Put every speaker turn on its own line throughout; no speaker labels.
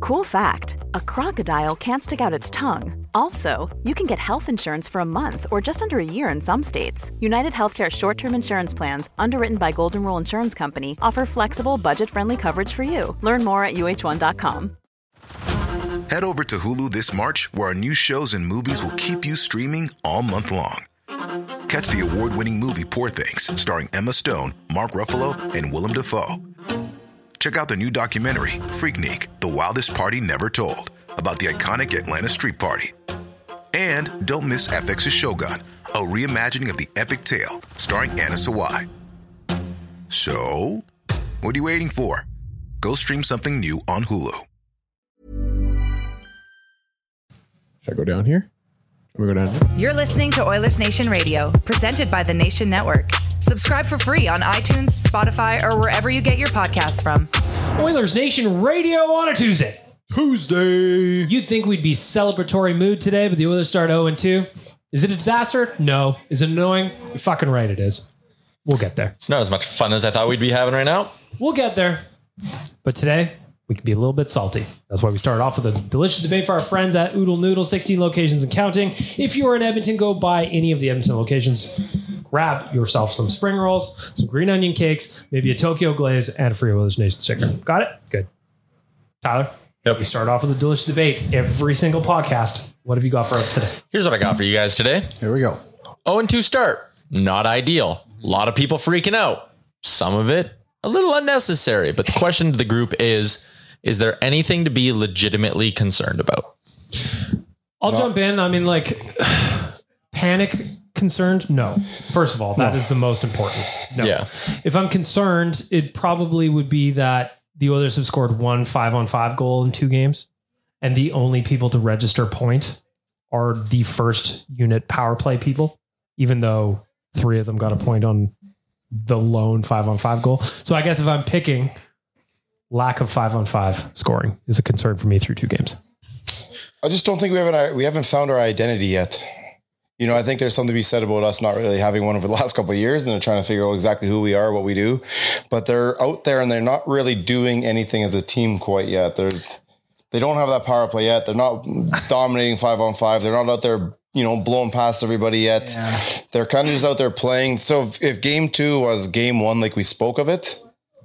Cool fact a crocodile can't stick out its tongue. Also, you can get health insurance for a month or just under a year in some states. United Healthcare short term insurance plans, underwritten by Golden Rule Insurance Company, offer flexible, budget friendly coverage for you. Learn more at uh1.com.
Head over to Hulu this March, where our new shows and movies will keep you streaming all month long. Catch the award winning movie Poor Things, starring Emma Stone, Mark Ruffalo, and Willem Dafoe. Check out the new documentary, Freaknik The Wildest Party Never Told, about the iconic Atlanta Street Party. And don't miss FX's Shogun, a reimagining of the epic tale starring Anna Sawai. So, what are you waiting for? Go stream something new on Hulu.
Should I go down here? Should we go down? Here?
You're listening to Oilers Nation Radio, presented by the Nation Network. Subscribe for free on iTunes, Spotify, or wherever you get your podcasts from.
Oilers Nation Radio on a Tuesday.
Tuesday.
You'd think we'd be celebratory mood today, but the Oilers start 0 2. Is it a disaster? No. Is it annoying? You're fucking right, it is. We'll get there.
It's not as much fun as I thought we'd be having right now.
We'll get there. But today, we can be a little bit salty. That's why we started off with a delicious debate for our friends at Oodle Noodle, 16 locations and counting. If you are in Edmonton, go by any of the Edmonton locations. Grab yourself some spring rolls, some green onion cakes, maybe a Tokyo glaze, and a Free Willers Nation sticker. Got it? Good. Tyler,
Yep.
we start off with a delicious debate every single podcast. What have you got for us today?
Here's what I got for you guys today.
Here we go.
0 and 2 start. Not ideal. A lot of people freaking out. Some of it a little unnecessary. But the question to the group is Is there anything to be legitimately concerned about?
I'll jump in. I mean, like, panic concerned? No. First of all, that is the most important. No.
Yeah.
If I'm concerned, it probably would be that the Oilers have scored one five on five goal in two games, and the only people to register point are the first unit power play people, even though three of them got a point on the lone five on five goal. So I guess if I'm picking, lack of five on five scoring is a concern for me through two games.
I just don't think we haven't we haven't found our identity yet. You know, I think there's something to be said about us not really having one over the last couple of years, and they're trying to figure out exactly who we are, what we do. But they're out there and they're not really doing anything as a team quite yet. They're they don't have that power play yet. They're not dominating five on five. They're not out there, you know, blowing past everybody yet. They're kind of just out there playing. So if, if game two was game one, like we spoke of it,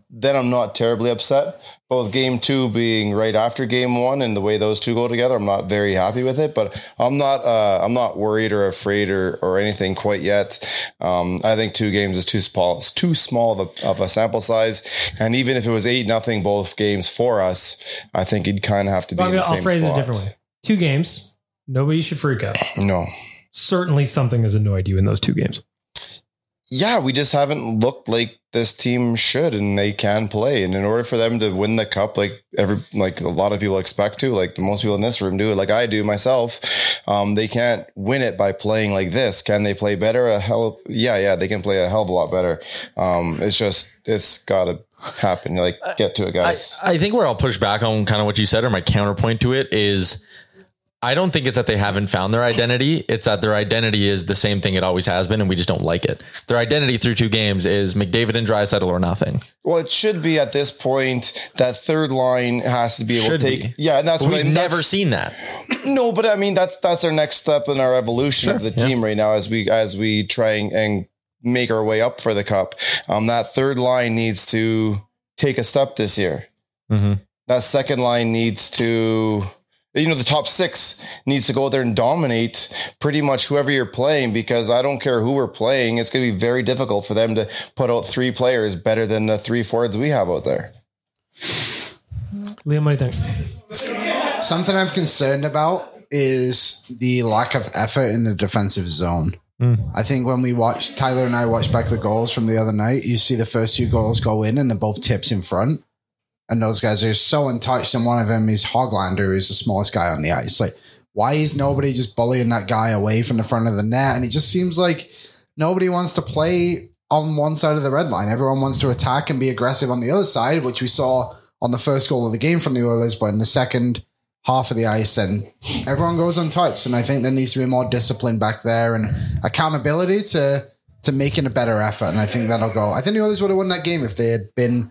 then I'm not terribly upset. But with game two being right after game one and the way those two go together, I'm not very happy with it. But I'm not uh, I'm not worried or afraid or, or anything quite yet. Um, I think two games is too small. It's too small of a, of a sample size. And even if it was eight nothing both games for us, I think you'd kind of have to be
Well,
in the
I'll
same
phrase
spot.
it a different way. Two games. Nobody should freak out.
No.
Certainly, something has annoyed you in those two games.
yeah, we just haven't looked like this team should and they can play. And in order for them to win the cup, like every like a lot of people expect to, like the most people in this room do, like I do myself, um, they can't win it by playing like this. Can they play better? A hell, yeah, yeah, they can play a hell of a lot better. Um, it's just it's gotta happen. Like get to it, guys.
I, I think where I'll push back on kind of what you said, or my counterpoint to it is I don't think it's that they haven't found their identity. It's that their identity is the same thing it always has been, and we just don't like it. Their identity through two games is McDavid and Drysettle or nothing.
Well, it should be at this point that third line has to be able
Should
to take.
be.
Yeah, and that's
We've
what I- that's-
never seen that.
No, but I mean that's that's our next step in our evolution of the team right now as we as we try and, and make our way up for the cup. Um, that third line needs to take a step this year.
Mhm.
That second line needs to, you know, the top six needs to go out there and dominate pretty much whoever you're playing because I don't care who we're playing, it's going to be very difficult for them to put out three players better than the three forwards we have out there.
Liam, what do you think?
Something I'm concerned about is the lack of effort in the defensive zone. I think when we watched Tyler and I watched back the goals from the other night, you see the first two goals go in and they're both tips in front. And those guys are so untouched, and one of them is Hoglander, who's the smallest guy on the ice. Like, why is nobody just bullying that guy away from the front of the net? And it just seems like nobody wants to play on one side of the red line. Everyone wants to attack and be aggressive on the other side, which we saw on the first goal of the game from the Oilers, but in the second half of the ice and everyone goes untouched. And I think there needs to be more discipline back there and accountability to to making a better effort. And I think that'll go. I think the Oilers would have won that game if they had been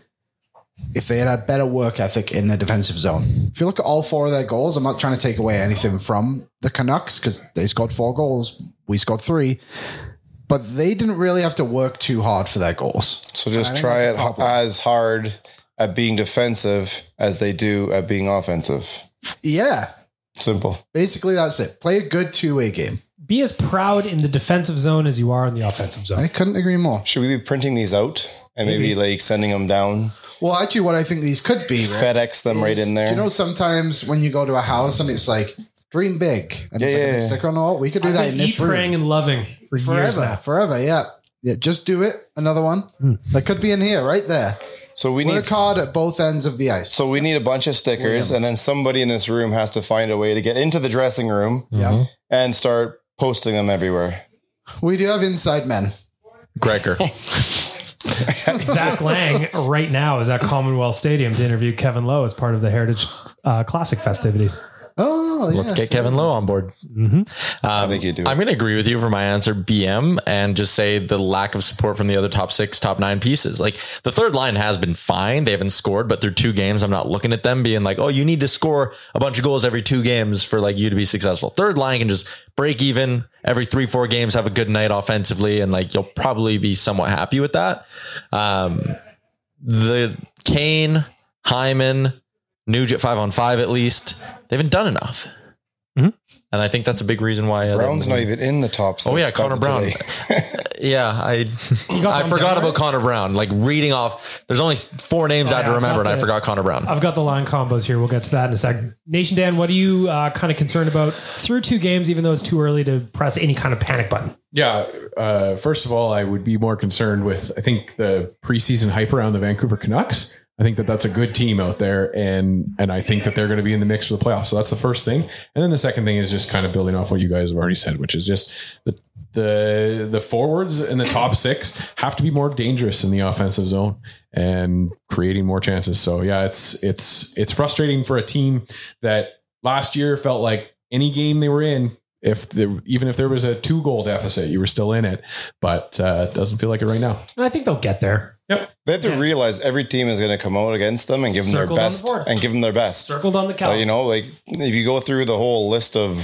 if they had had better work ethic in the defensive zone. If you look at all four of their goals, I'm not trying to take away anything from the Canucks because they scored four goals, we scored three, but they didn't really have to work too hard for their goals.
So just try it h- as hard at being defensive as they do at being offensive.
Yeah,
Simple.
basically that's it. Play a good two way game.
Be as proud in the defensive zone as you are in the offensive
I
zone.
couldn't agree more.
Should we be printing these out and maybe, like sending them down,
Well, actually, what I think these could be right,
FedEx them right
is-
in there?
Do you know sometimes when you go to a house and it's like dream big and
Yeah,
it's like
yeah,
a big
yeah.
sticker on the wall? We could do
I've
that
been
in
eat,
this room.
praying, and loving for years
forever,
now.
forever. Yeah, yeah. Just do it. Another one that could be in here, right there.
so we need
Work hard at both ends of the ice.
So we need a bunch of stickers, and then somebody in this room has to find a way to get into the dressing room
Mm-hmm.
yeah,
and start posting them everywhere.
we do have inside men.
Gregor.
Zach Lang right now is at Commonwealth Stadium to interview Kevin Lowe as part of the Heritage uh, Classic festivities.
Oh, yeah.
Let's get Kevin Lowe on board. Um,
I think you do.
I'm going to agree with you for my answer, BM, and just say the lack of support from the other top six, top nine pieces. Like the third line has been fine. They haven't scored, but through two games, I'm not looking at them being like, oh, you need to score a bunch of goals every two games for like you to be successful. Third line can just break even every three, four games, have a good night offensively, and like you'll probably be somewhat happy with that. Um, the Kane, Hyman, Nugent five on five at least, they haven't done enough.
Mm-hmm.
And I think that's a big reason why uh,
Brown's
they-
not even in the top. Six
Oh, yeah,
That's
Connor
it
Brown.
today.
Yeah, I I
Brown down,
forgot about
right? Oh,
Connor Brown. Like reading off, there's only four names I had
yeah,
to remember, and I
okay.
forgot Connor Brown.
I've got the line combos here. We'll get to that in a second. Nation Dan, what are you uh, kind of concerned about through two games, even though it's too early to press any kind of panic button?
Yeah. Uh, first of all, I would be more concerned with, I think, the preseason hype around the Vancouver Canucks. I think that that's a good team out there, and and I think that they're going to be in the mix for the playoffs. So that's the first thing, and then the second thing is just kind of building off what you guys have already said, which is just the the the forwards and the top six have to be more dangerous in the offensive zone and creating more chances. So yeah, it's it's it's frustrating for a team that last year felt like any game they were in, if there, even if there was a two goal deficit, you were still in it. But uh, it doesn't feel like it right now.
And I think they'll get there.
They have to realize every team is going to come out against them and give them
Circled on
their
the
best
board.
and give them their best.
Circled on the
Uh,
Oh.
calendar.
you know, like if you go through the whole list of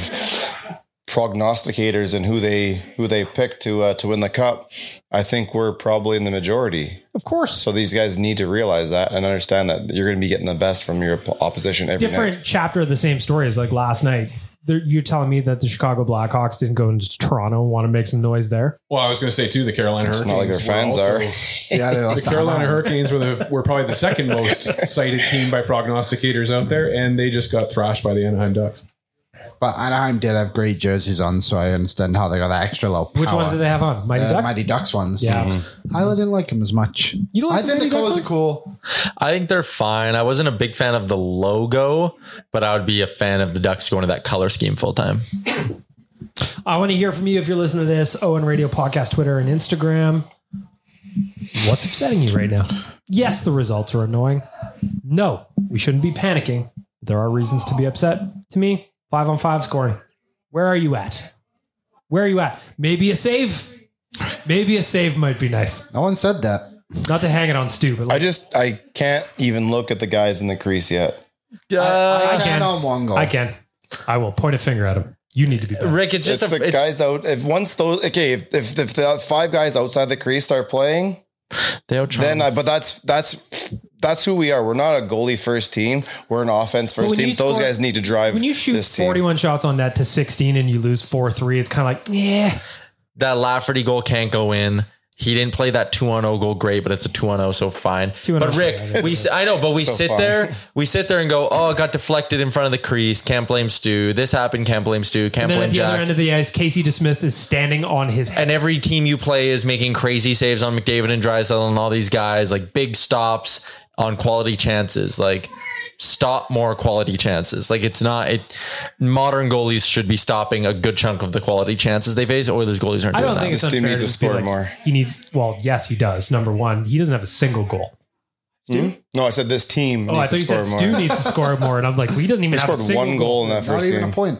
prognosticators and who they who they pick to uh, to win the cup, I think we're probably in the majority.
of course.
So these guys need to realize that and understand that you're going to be getting the best from your op- opposition every
Different
night.
chapter of the same story as like last night. There- You're telling me that the Chicago Blackhawks didn't go into Toronto and want to make some noise there?
Well, I was going to say too, the Carolina Hurricanes.
not like their
were
fans
also-
are.
Yeah, they
The
lost.
Carolina Hurricanes were the were probably the second most cited team by prognosticators out there, and they just got thrashed by the Anaheim Ducks.
But Anaheim did have great jerseys on, so I understand how they got that extra low. Power.
Which ones do they have on? Mighty
The
Ducks?
Mighty Ducks ones.
Yeah.
Mm-hmm.
Tyler didn't like them as much.
You don't like
I
the
think
Mighty
the
Ducks
colors
ones?
are cool.
I think they're fine. I wasn't a big fan of the logo, but I would be a fan of the Ducks going to that color scheme full time.
I want to hear from you if you're listening to this. Owen Radio Podcast, Twitter, and Instagram. What's upsetting you right now? Yes, the results are annoying. No, we shouldn't be panicking. There are reasons to be upset. To me, five on five scoring. Where are you at? Where are you at? Maybe a save. Maybe a save might be nice.
No one said that.
Not to hang it on Stu, but
I
like,
just I can't even look at the guys in the crease yet.
I,
can.
can on one goal.
Uh, I can. I will point a finger at him. You need to be better.
Rick, it's
It's
just a,
the
it's-
guys out. If once those okay, if if, if the five guys outside the crease start playing,
they outshone
then I, but that's that's that's who we are. We're not a goalie first team. We're an offense
when
first team.
you
Those
score-
guys need to drive.
When you shoot
this team.
41 shots on net to 16 and you lose 4 3, it's kind of like, yeah.
that Lafferty goal can't go in. He didn't play that 2 on 0 goal great, but it's a 2 on 0, so fine.
2 on
But
0,
Rick, we s- I know, but we
so
sit
fun.
there, we sit there and go, "Oh, it got deflected in front of the crease. Can't blame Stu. This happened, can't blame Stu. Can't
And then
blame
at the
Jack."
other end of the ice, Casey DeSmith is standing on his head.
and every team you play is making crazy saves on McDavid and Drysdale and all these guys, like big stops on quality chances, like stop more quality chances. Like it's not it. Modern goalies should be stopping a good chunk of the quality chances they face. Oilers goalies aren't doing
I don't
that.
think it's
This team
unfair
needs to
just be
score
like,
more.
He needs. Well, yes, he does. Number one, he doesn't have a single goal.
Hmm? no, I said this team.
Oh, I thought
needs to
you
score
said
more.
Stu needs to score more, and I'm like, well, he doesn't even
He
have a
scored
single
one
goal.
goal in that
Not
first
even
game.
a point.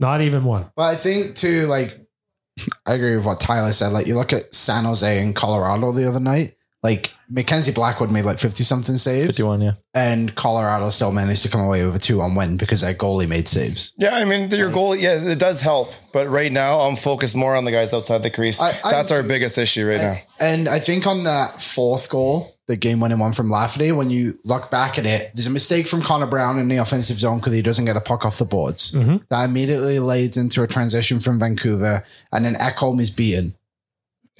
Not even one.
But I think too, like I agree with what Tyler said. Like you look at San Jose and Colorado the other night. Like Mackenzie Blackwood made like fifty something saves,
51, yeah.
and Colorado still managed to come away with a two on win because their goalie made saves.
Yeah, I mean, your goal, yeah, it does help. But right now, I'm focused more on the guys outside the crease.
I- I-
That's our biggest issue right now.
And I think on that fourth goal, the game winning one from Lafferty, when you look back at it, there's a mistake from Connor Brown in the offensive zone because he doesn't get the puck off the boards. That immediately leads into a transition from Vancouver, and then Ekholm is beaten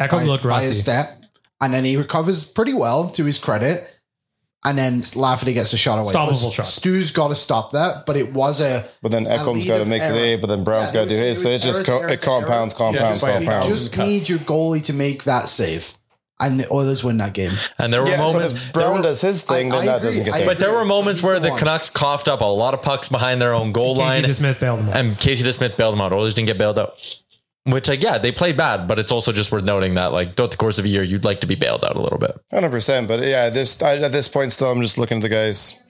Ekholm
by,
looked
by a
rusty.
step, and then he recovers pretty well to his credit. And then Lafferty gets a shot away.
Stoppable
But
shot.
Stu's got to stop that, but it was a
But then Ekholm's
lead
got to
of
make
error.
the A, but then Brown's
Yeah,
got to do
it
his.
was
So it just co-
error to error
it
to
compounds,
error.
compounds,
just by a
compounds.
thousand.
just
cuts.
need your goalie to make that save, and the Oilers win that game.
And there were
Yeah, but
moments.
if Brown does his thing,
I-
then
I
that
agree.
doesn't get
I
there.
But there were moments where
He's the
the
one.
Canucks coughed up a lot of pucks behind their own goal line.
Casey Smith bailed him out.
and Casey just Smith bailed them out. Oilers didn't get bailed out. Which, like, yeah, they played bad, but it's also just worth noting that, like, throughout the course of a year, you'd like to be bailed out a little bit.
Hundred percent. But yeah, this I, at this point, still, I'm just looking at the guys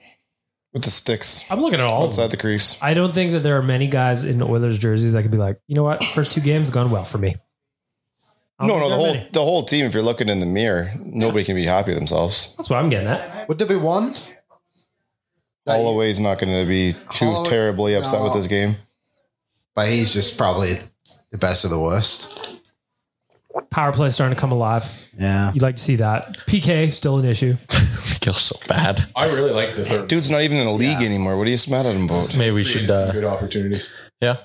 with the sticks
I'm looking at all of them.
outside the crease.
I don't think that there are many guys in Oilers jerseys that could be like, you know what, first two games gone well for me. I
No,
don't
no,
think there
the
are
whole
many.
the whole team. If you're looking in the mirror, nobody can be happy with themselves.
That's what I'm getting at.
Would there be one? That you-
Holloway's not going to be too
Holloway-
terribly upset
no.
with this game.
But he's just probably the best of the worst.
Power play starting to come alive.
Yeah.
You'd like to see that. PK still an issue.
We kill so bad.
I really like the third.
Dude's not even in the league anymore. What are you so mad at him about?
Maybe we
Created
should,
some
uh,
good opportunities.
yeah,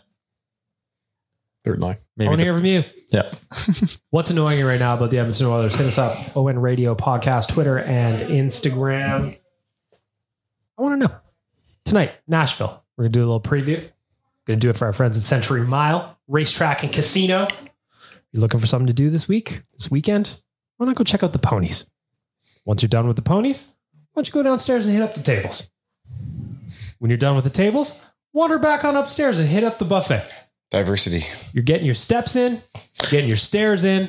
Third line.
I
maybe.
want to
the-
hear from you.
yeah.
What's annoying you right now about the Edmonton Oilers? Hit us up. Owen Radio Podcast, Twitter and Instagram. I want to know. Tonight, Nashville. We're going to do a little preview. Going to do it for our friends at Century Mile, Racetrack and Casino. You're looking for something to do this week, this weekend? Why not go check out the ponies? Once you're done with the ponies, why don't you go downstairs and hit up the tables? When you're done with the tables, wander back on upstairs and hit up the buffet
Diversity.
you're getting your steps in, getting your stairs in,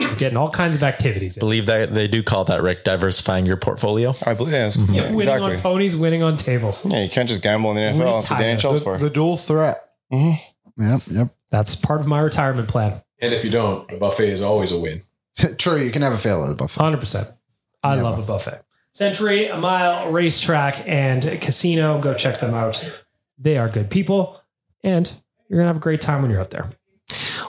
you're getting all kinds of activities in.
Believe that they do call that, Rick, diversifying your portfolio.
I believe. Yeah, that's- yeah,
Winning
exactly.
on ponies, winning on tables.
Yeah, you can't just gamble in the NFL. That's what the
Retire.
NHL's for.
dual threat.
Mhm.
Yep, yep.
That's part of my retirement plan.
And if you don't, the buffet is always a win.
True, you can never fail at a buffet.
100%. I love a buffet. Century, a mile, racetrack, and casino. Go check them out. They are good people, and you're going to have a great time when you're out there.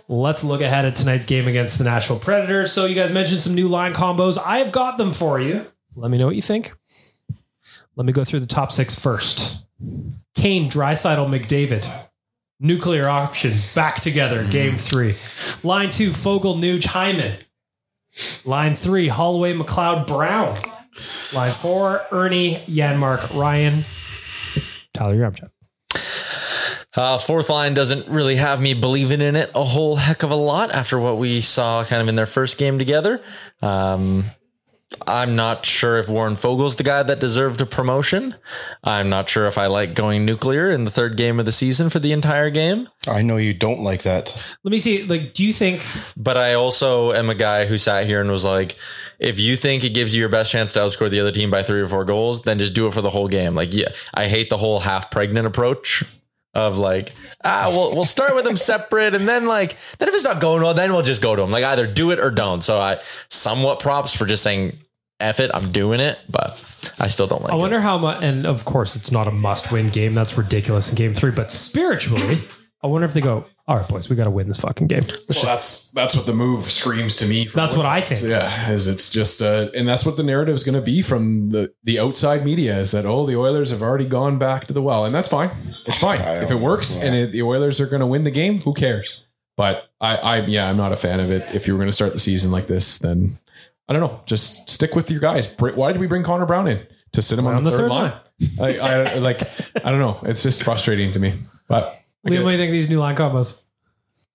Let's look ahead at tonight's game against the Nashville Predators. So, you guys mentioned some new line combos. I've got them for you. Let me know what you think. Let me go through the top six first. Kane, Drysidle, McDavid. Nuclear option back together, game three. Line two, Fogel, Nuge, Hyman. Line three, Holloway, McLeod, Brown. Line four, Ernie, Yanmark, Ryan, Tyler Yarmchuk.
Uh, fourth line doesn't really have me believing in it a whole heck of a lot after what we saw kind of in their first game together. Um, I'm not sure if Warren Fogel's the guy that deserved a promotion. I'm not sure if I like going nuclear in the third game of the season for the entire game.
I know you don't like that.
Let me see. Like, do you think
But I also am a guy who sat here and was like, if you think it gives you your best chance to outscore the other team by three or four goals, then just do it for the whole game. Like, yeah, I hate the whole half pregnant approach of like, ah, we'll, we'll start with them separate. And then like, then if it's not going well, then we'll just go to them. Like either do it or don't. So I somewhat props for just saying, F it, I'm doing it, but I still don't like
I
it.
wonder how much, and of course, it's not a must win game. That's ridiculous in game three. But spiritually, I wonder if they go, all right, boys, we got to win this fucking game.
Well, that's that's what the move screams to me. From
That's what I think.
Yeah, is it's just uh, and that's what the narrative is going to be from the the outside media is that oh the Oilers have already gone back to the well and that's fine, it's fine
I
if it
don't-
works
yeah.
and it, the Oilers are going to win the game, who cares? But I, I yeah, I'm not a fan of it. If you were going to start the season like this, then I don't know, just stick with your guys. Br- Why did we bring Connor Brown in to sit him on, the, third, line? Like, I, like I don't know, it's just frustrating to me. But I get
Liam,
it.
what do you think of these new line combos?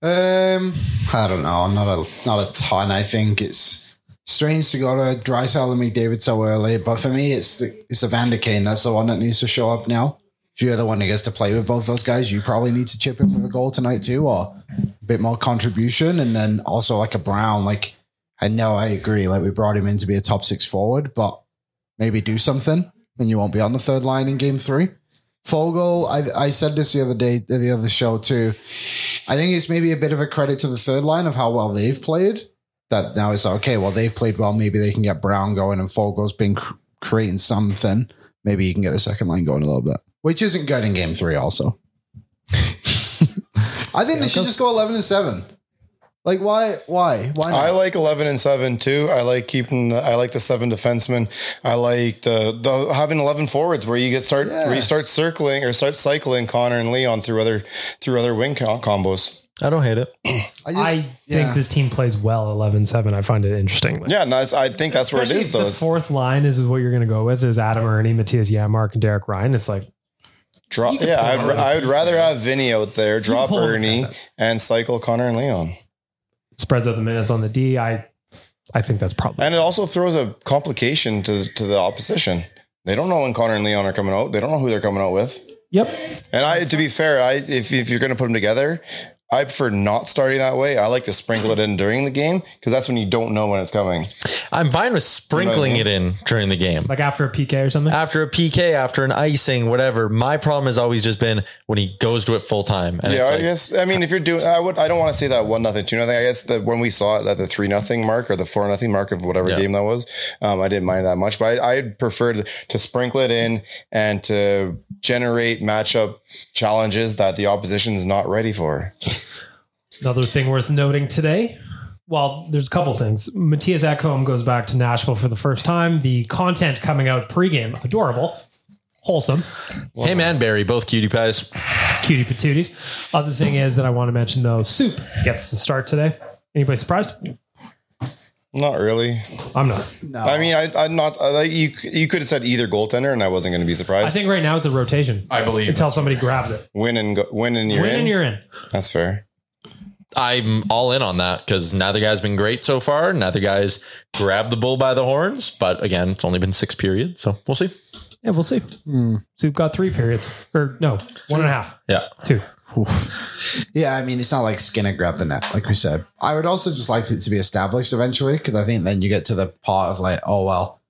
Um, I don't know. Not a not a ton. I think it's strange to go to Drysdale and McDavid so early, but for me, it's the it's the Vander Kane. That's the one that needs to show up now. If you're the one who gets to play with both those guys, you probably need to chip in with a goal tonight too, or a bit more contribution, and then also like a Brown. Like I know I agree. Like we brought him in to be a top six forward, but maybe do something, and you won't be on the third line in game three. Fogel, I, I said this the other day, the other show too. I think it's maybe a bit of a credit to the third line of how well they've played that now it's okay. Well, they've played well. Maybe they can get Brown going, and Fogel's been cr- creating something. Maybe you can get the second line going a little bit, which isn't good in game three. Also, I think they should just go eleven and seven. Like why? Why? Why not?
I like eleven and seven too. I like keeping. The, I like the seven defensemen. I like the the having eleven forwards where you get start where you start circling or start cycling Connor and Leon through other through other wing co- combos.
I don't hate it.
I,
I
just-
think
yeah.
this team plays well 11 7. I find it interesting.
Yeah, and that's, I think that's where it
Especially
is
if
though.
The
It's
fourth line is what you're going to go with is Adam Ernie, Matthias Yamark, and Derek Ryan. It's like,
drop. Yeah, I'd, ra- I would rather have Vinny out there, drop
pull those
Ernie,
guys out.
and cycle Connor and Leon.
spreads out the minutes on the D. I, I think that's probably.
And it also throws a complication to to the opposition. They don't know when Connor and Leon are coming out. They don't know who they're coming out with.
yep.
And I, to be fair, I if, if you're going to put them together, I prefer not starting that way. I like to sprinkle it in during the game because that's when you don't know when it's coming.
I'm fine with sprinkling it in during the game.
Like after a PK or something.
After a PK, after an icing, whatever. My problem has always just been when he goes to it full time. And
yeah,
it's
I
like,
guess. I mean, if you're doing, I would. I don't want to say that one nothing, two nothing. I guess that when we saw it at the three nothing mark or the four nothing mark of whatever
Yeah.
game that was, um, I didn't mind that much. But I, I preferred to sprinkle it in and to generate matchup challenges that the opposition's not ready for.
Another thing worth noting today. Well, there's a couple things. Matthias Ekholm goes back to Nashville for the first time. The content coming out pregame, adorable, wholesome,
hey man, Barry, both cutie pies.
cutie patooties. Other thing is that I want to mention though, Soup gets the start today. Anybody surprised?
Not really.
I'm not.
I mean, I, I'm not. I, like, you you could have said either goaltender, and I wasn't going to be
I
surprised.
think right now it's a rotation
I believe
until somebody grabs it.
win and go, win and you're
Win
in.
and you're in.
That's fair.
I'm all in on that because neither guy's been great so far. Neither guy's grabbed the bull by the horns. But again, it's only been six periods, so we'll see.
Yeah, we'll see. Soup got three periods, or no, one and a half,
Yeah.
two.
Yeah, I mean, it's not like Skinner grabbed the net, like we said. I would also just like it to be established eventually, because I think then you get to the part of like, oh well,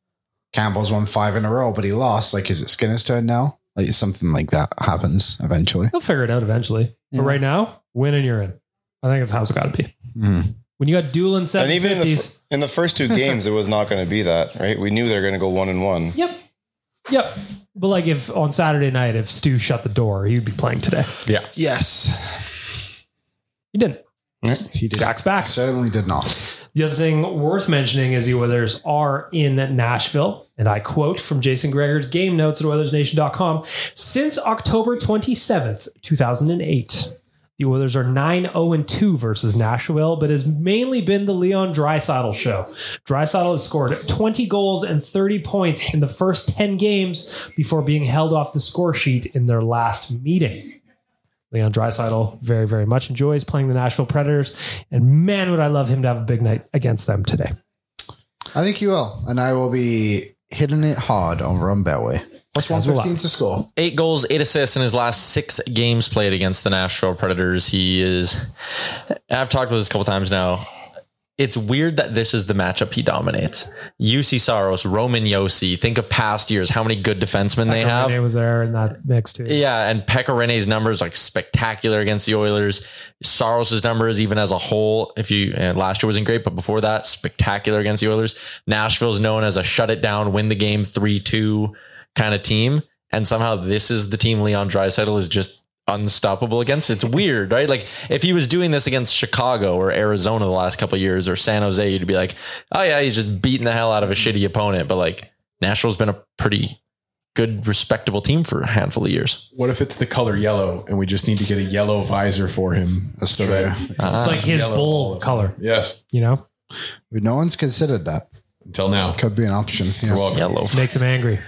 Campbell's won five in a row, but he lost. Like, is it Skinner's turn now? Like something like that happens eventually.
They'll figure it out eventually. But right now, win and you're in. I think that's how it's got to be. When you got dueling
And even in the
750s.
fir- in the first two games, it was not going to be that, right? We knew they were going to go one and one.
Yep. Yep. But like if on Saturday night, if Stu shut the door, he'd be playing today.
Yes,
He didn't.
he did.
Jack's back.
Certainly did not.
The other thing worth mentioning is the Oilers are in Nashville. And I quote from Jason Greger's game notes at OilersNation.com Since October 27th, 2008, the Oilers are 9 0 2 versus Nashville, but has mainly been the Leon Drysidel show. Drysidel has scored 20 goals and 30 points in the first 10 games before being held off the score sheet in their last meeting. Leon Dreisidel very, very much enjoys playing the Nashville Predators. And man, would I love him to have a big night against them today.
I think you will, and I will be hitting it hard on Run Betway. Plus one
will I.
fifteen to score.
Eight goals, eight assists in his last six games played against the Nashville Predators. He is, I've talked about this a couple times now. It's weird that this is the matchup he dominates. UC Saros, Roman Yossi. Think of past years, how many good defensemen they have.
Renee was there in that mix too.
Yeah, and Pekka Rene's numbers like spectacular against the Oilers. Saros's numbers, even as a whole, if you and last year wasn't great, but before that, spectacular against the Oilers. Nashville's known as a shut it down, win the game three two kind of team, and somehow this is the team Leon Draisaitl is just unstoppable against. It's weird, right? Like if he was doing this against Chicago or Arizona the last couple of years or San Jose, you'd be like, oh yeah, he's just beating the hell out of a shitty opponent. But like Nashville's been a pretty good, respectable team for a handful of years.
What if it's the color yellow and we just need to get a yellow visor for him? so that
It's like his
Yellow all
bull
the time.
color,
yes,
you know,
But No one's considered that.
until now.
Could be an option. Yes.
Well,
yellow.
makes him angry.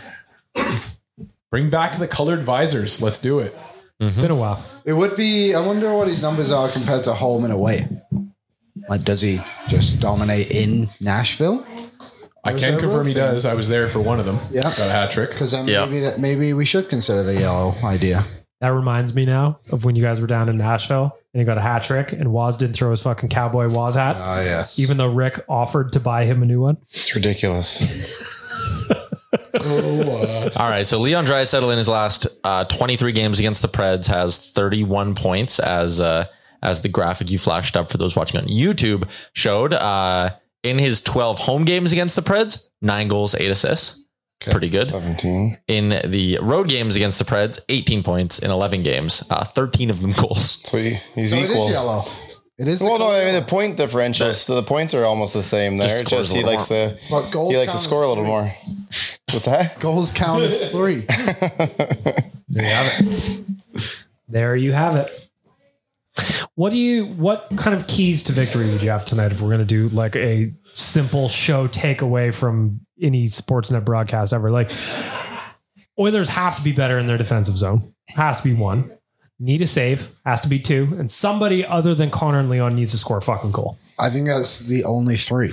Bring back the colored visors. Let's do it.
Mm-hmm.
It's been a while.
It would be. I wonder what his numbers are compared to home and away. Like, does he just dominate in Nashville?
I can
that
confirm
road
he
thing?
does. I was there for one of them.
Yeah.
got a hat trick.
Because then
Yeah.
maybe that maybe we should consider the yellow idea.
That reminds me now of when you guys were down in Nashville and he got a hat trick and Waz didn't throw his fucking cowboy Waz hat,
Ah, yes.
even though Rick offered to buy him a new one.
It's ridiculous. Oh,
All right. So Leon Draisaitl in his last uh, 23 games against the Preds has 31 points as uh, as the graphic you flashed up for those watching on YouTube showed. Uh, in his 12 home games against the Preds, nine goals, eight assists. Pretty good.
17.
In the road games against the Preds, 18 points in 11 games, uh, 13 of them goals.
So he, he's
So it
equal.
is yellow. It is.
Well,
the
no, I mean the
color.
point differential. so the points are almost the same there.
Just
Just,
scores a
he
little
likes
more.
the
But goals
he likes to
count
score a
as
little
three.
more. What's that?
goals count as three.
There you have it. there you have it. What do you? What kind of keys to victory would you have tonight if we're going to do like a simple show takeaway from any Sportsnet broadcast ever? Like, Oilers have to be better in their defensive zone. Has to be one. Need a save. Has to be two. And somebody other than Connor and Leon needs to score a fucking goal.
I think that's the only three.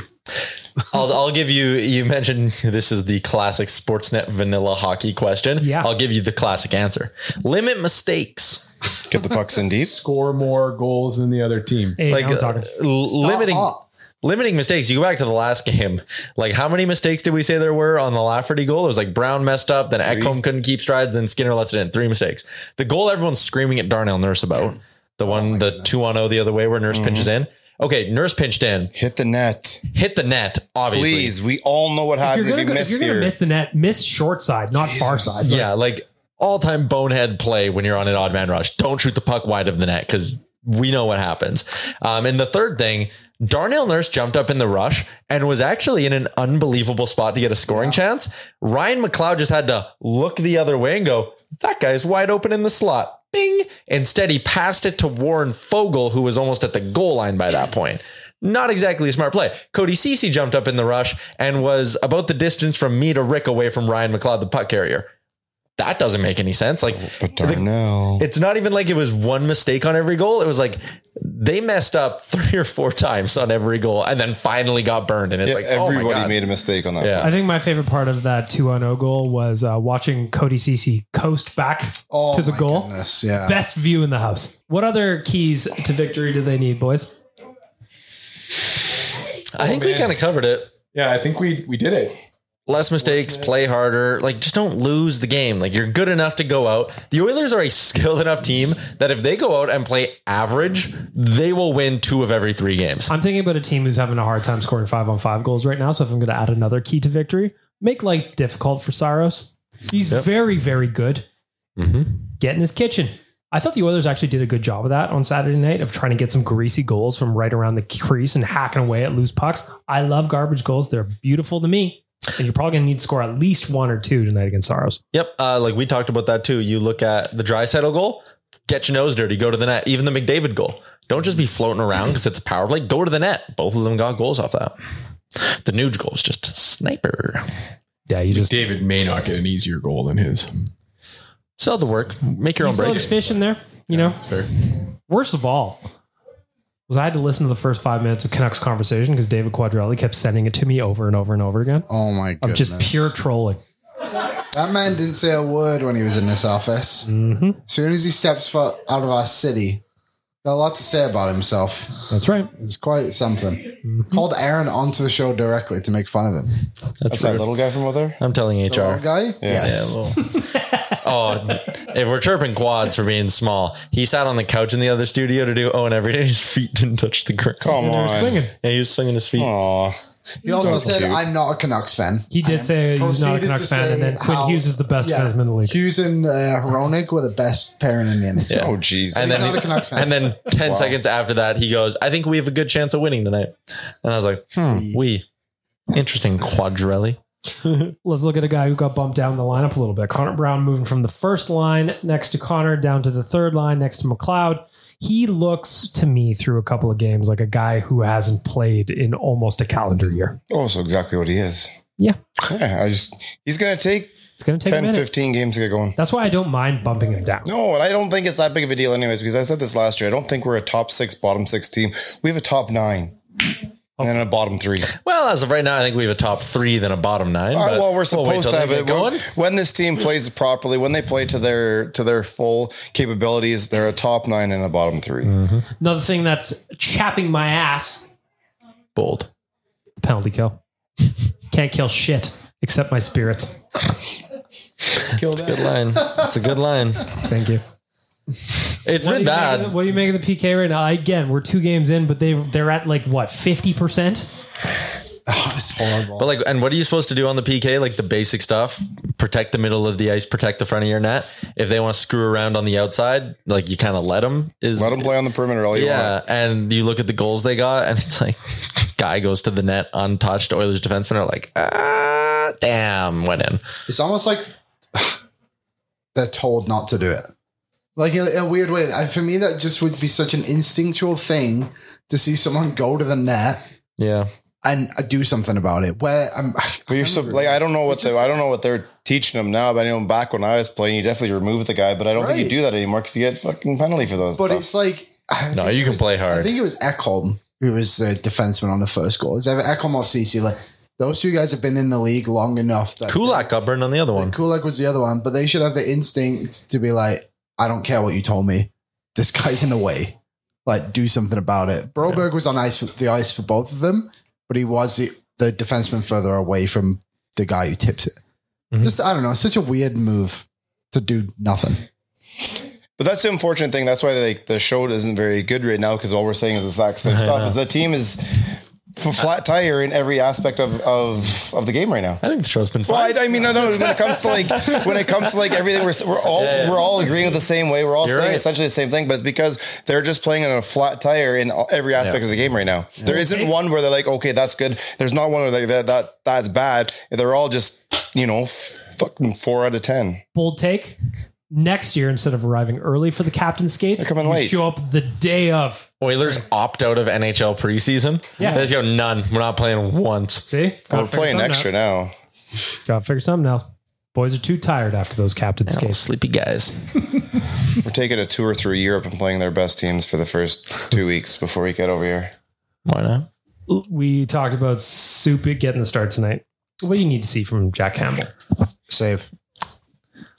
I'll, I'll give you, you mentioned this is the classic Sportsnet vanilla hockey question.
Yeah.
I'll give you the classic answer limit mistakes.
Get the pucks in deep.
Score more goals than the other team.
Hey,
Like
now I'm
uh,
talking.
l- limiting.
up.
Limiting mistakes. You go back to the last game. Like, how many mistakes did we say there were on the Lafferty goal? It was like Brown messed up, then Ekholm couldn't keep strides, then Skinner lets it in. Three mistakes. The goal everyone's screaming at Darnell Nurse about,
Oh
the one, the 2 on 0 the other way where Nurse
Mm-hmm.
pinches in. Okay, Nurse pinched in,
Hit the net,
hit the net, obviously.
please. We all know what
If
happened.
you're
We
going to
missed here.
miss the net, miss short side, not far side.
Yeah, like all time bonehead play when you're on an odd man rush. Don't shoot the puck wide of the net because we know what happens. Um, and the third thing, Darnell Nurse jumped up in the rush and was actually in an unbelievable spot to get a scoring chance. Ryan McLeod just had to look the other way and go, that guy's wide open in the slot. Bing. Instead, he passed it to Warren Fogle, who was almost at the goal line by that point. Not exactly a smart play. Cody Cece jumped up in the rush and was about the distance from me to Rick away from Ryan McLeod, the puck carrier that doesn't make any sense. Like,
But Darnell.
it's not even like it was one mistake on every goal. It was like they messed up three or four times on every goal and then finally got burned. And it's
Yeah,
like, oh my
everybody
God.
made a mistake on that.
Yeah.
I think my favorite part of that 2 0 goal was uh, watching Cody Cece coast back
Oh,
to the
my
goal.
goodness, yeah.
Best view in the house. What other keys to victory do they need, boys?
I think we kind of covered it.
Yeah, I think we we did it.
Less mistakes, play harder. Like, just don't lose the game. Like, you're good enough to go out. The Oilers are a skilled enough team that if they go out and play average, they will win two of every three games.
I'm thinking about a team who's having a hard time scoring five on five goals right now. So if I'm going to add another key to victory, make life difficult for Saros. He's very, very good.
Mm-hmm.
Get in his kitchen. I thought the Oilers actually did a good job of that on Saturday night of trying to get some greasy goals from right around the crease and hacking away at loose pucks. I love garbage goals. They're beautiful to me. And you're probably going to need to score at least one or two tonight against Saros.
Yep. Uh, like we talked about that too. You look at the dry settle goal, get your nose dirty, go to the net. Even the McDavid goal. Don't just be floating around because it's a power play. Go to the net. Both of them got goals off that. The Nuge goal was just a sniper.
Yeah, you just
David may not get an easier goal than his.
Sell the work. Make your
You
own
still
break.
have fish in there, you know.
It's fair.
Worst of all, was I had to listen to the first five minutes of Canucks conversation because David Quadrelli kept sending it to me over and over and over again
Oh my
of
goodness!
just pure trolling.
That man didn't say a word when he was in this office. Mm-hmm. As soon as he steps foot out of our city, got a lot to say about himself.
That's right.
It's quite something.
Mm-hmm.
Called Aaron onto the show directly to make fun of him.
That's
That's that
rude.
little guy from over there.
I'm telling HR.
Oh.
That guy? Yes.
Yeah, well- oh, if we're chirping quads for being small, he sat on the couch in the other studio to do Owen every day. His feet didn't touch the ground.
Come
They were
on.
swinging.
Yeah, he was swinging his feet.
Aw.
He also said,
cute.
I'm not a Canucks fan.
He did say he's not a
Proceeded to
Canucks fan,
say
and then Quinn
how-
Hughes is the best defenseman in the league.
Hughes and uh, Hronik were the best pairing in the NHL.
Yeah.
Oh jeez.
And
He's
then
not
he-
a Canucks fan.
And then 10 seconds after that, he goes, I think we have a good chance of winning tonight. And I was like, hmm, we. Interesting, Quadrelli.
Let's look at a guy who got bumped down the lineup a little bit. Connor Brown moving from the first line next to Connor down to the third line next to McLeod. He looks to me through a couple of games like a guy who hasn't played in almost a calendar year.
Oh, so exactly what he is.
Yeah.
Yeah, I just he's gonna take
It's going to take a
10,
minute.
15 games to get going.
That's why I don't mind bumping him down.
No, and I don't think it's that big of a deal, anyways, because I said this last year. I don't think we're a top six, bottom six team. We have a top nine. And then a bottom three.
Well, as of right now, I think we have a top three, then a bottom nine.
All right,
but
well, we're
we'll wait
supposed
till they
to have
get
it
going.
when, when this team plays properly. When they play to their to their full capabilities, they're a top nine and a bottom 3
Mm.
Another thing that's chapping my ass
Bold.
the penalty kill. Can't kill shit except my spirits.
Good line. It's a good line.
Thank you. What
It's been
do you make of
bad.
the- What do you make of the PK right now? Again, we're two games in, but they they're at like what fifty percent.
Oh, it's horrible.
But like, and what are you supposed to do on the PK? Like the basic stuff: protect the middle of the ice, protect the front of your net. If they want to screw around on the outside, like you kind of let them. Is
Let them play on the perimeter all you
yeah.
want.
And you look at the goals they got, and it's like, guy goes to the net untouched. Oilers defensemen are like, ah, damn, went in.
It's almost like they're told not to do it. Like in a weird way, I- for me, that just would be such an instinctual thing to see someone go to the net
Yeah,
and do something about it. Where I'm,
But you're so like I don't know what the, I don't know what they're teaching them now. But I know back when I was playing, you definitely remove the guy. But I don't think
Right.
you do that anymore because you get fucking penalty for those.
But
stuff.
it's like I
No,
think
you
it
can
was-
play hard.
I think it was Ekholm who was the defenseman on the first goal. Is either Ekholm or Cece? Like those two guys have been in the league long enough that
Kulak got burned on the other one.
Kulak was the other one, but they should have the instinct to be like, I don't care what you told me. This guy's in the way. Like, do something about it. Broberg was on ice for, the ice for both of them, but he was the, the defenseman further away from the guy who tips it.
Mhm.
Just I don't know, such a weird move to do nothing.
But that's the unfortunate thing. That's why like the show isn't very good right now because all we're saying is the exact same stuff. Is the team is f- flat tire in every aspect of of, of the game right now.
I think the show's been
Well,
fine.
I, I mean, no, no. When it comes to like, when it comes to like everything, we're we're all we're all agreeing with the same way. We're all
You're
saying
right.
essentially the same thing, but it's because they're just playing on a flat tire in all- every aspect of the game right now. There isn't one where they're like, okay, that's good. There's not one where they're like that that that's bad. They're all just you know f- fucking four out of ten.
Bold take. Next year, instead of arriving early for the captain skates,
They're coming
you
late.
show up the day of.
Oilers opt out of NHL preseason.
Yeah.
they just go none. We're not playing once.
See,
We're
Gotta figure
playing
something
extra
out.
now.
Gotta figure something out. Boys are too tired after those captain
Oh,
skates.
sleepy guys.
We're taking a tour through Europe and playing their best teams for the first two weeks before we get over here.
Why not?
We talked about Soup getting the start tonight. What do you need to see from Jack Campbell?
Save.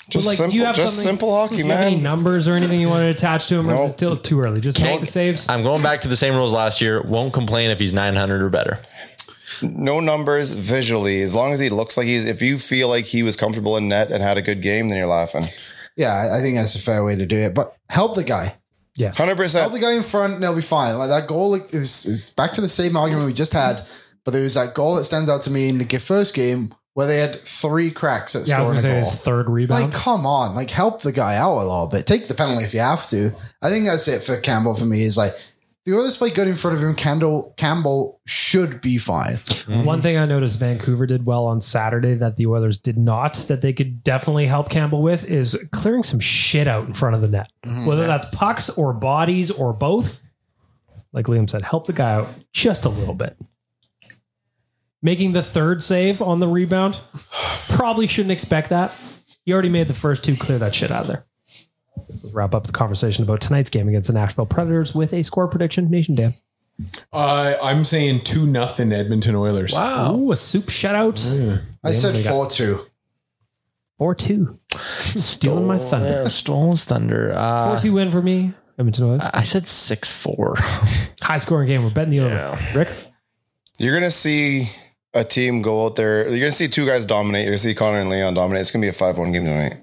Just
Like, do
simple, just
something-
simple hockey,
do you have Any
man.
numbers or anything you want to attach to him? Or is it
Nope.
still too early? Just make the saves.
I'm going back to the same rules last year. Won't complain if he's 900 or better.
No numbers visually. As long as he looks like he's, if you feel like he was comfortable in net and had a good game, then you're laughing.
Yeah, I- I think that's a fair way to do it. But help the guy.
Yes.
Hundred
help the
percent.
guy in front, and they'll be fine. Like that goal is, is back to the same argument we just had, but there was that goal that stands out to me in the g- first game where they had three cracks at
Yeah, I was going to
scoring
say
a goal.
his third rebound.
Like, come on, like help the guy out a little bit. Take the penalty if you have to. I think that's it for Campbell for me. Is like the others play good in front of him. Campbell Campbell should be fine.
One thing I noticed Vancouver did well on Saturday that the Oilers did not, that they could definitely help Campbell with, is clearing some shit out in front of the net. Whether that's pucks or bodies or both, like Liam said, help the guy out just a little bit. Making the third save on the rebound, probably shouldn't expect that. He already made the first two clear that shit out of there. We'll wrap up the conversation about tonight's game against the Nashville Predators with a score prediction. Nation Dan.
Uh, I'm saying two nothing Edmonton Oilers.
Ooh, a soup shutout.
I said
they got-
four two.
Four two. Stealing my thunder.
Stolen thunder. Uh,
Four two win for me. Edmonton Oilers.
I said six four.
High scoring game. We're betting the over. Rick.
You're gonna see a team go out there. You're gonna see two guys dominate. You're gonna see Connor and Leon dominate. It's gonna be a five-one game tonight.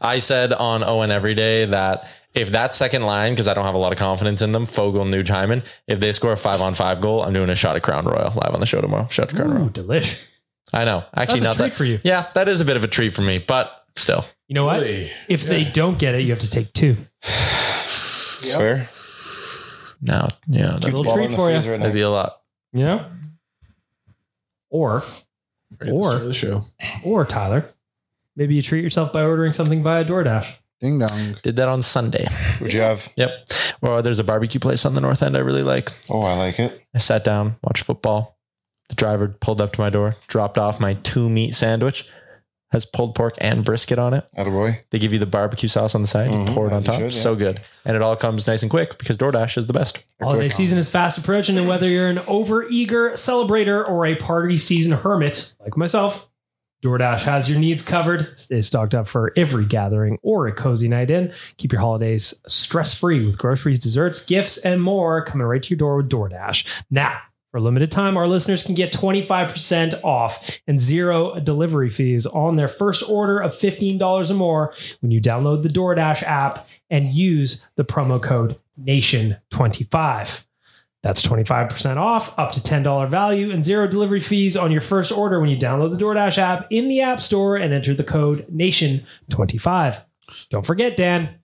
I said on Owen every day that if that second line, because I don't have a lot of confidence in them, Fogel, Nugent, if they score a five on five goal, I'm doing a shot at Crown Royal live on the show tomorrow. Shot at Crown
Ooh,
Royal.
delish.
I know. Actually,
That's a
not
treat
that
for you.
Yeah, that is a bit of a treat for me, but still.
You know what?
Really?
If they don't get it, you have to take two.
Fair.
No, yeah, that'd,
Little treat for you.
that'd be a lot.
You know? Or
Right, let's
Or-
start the show.
or Tyler. Maybe you treat yourself by ordering something via DoorDash.
Ding dong.
Did that on Sunday.
Would you have?
Yep. Well, there's a barbecue place on the north end I really like.
Oh, I like it.
I sat down, watched football. The driver pulled up to my door, dropped off my two meat sandwich, has pulled pork and brisket on it.
Attaboy.
They give you the barbecue sauce on the side,
Mhm,
you pour it on
as you
top.
should, yeah.
So good. And it all comes nice and quick because DoorDash is the best.
Holiday season is fast approaching, and whether you're an over-eager celebrator or a party season hermit like myself, DoorDash has your needs covered. Stay stocked up for every gathering or a cozy night in. Keep your holidays stress-free with groceries, desserts, gifts, and more coming right to your door with DoorDash. Now, For a limited time, our listeners can get 25% off and zero delivery fees on their first order of $15 or more when you download the DoorDash app and use the promo code NATION25. That's 25% off, up to $10 value, and zero delivery fees on your first order when you download the DoorDash app in the App Store and enter the code NATION25. Don't forget, Dan,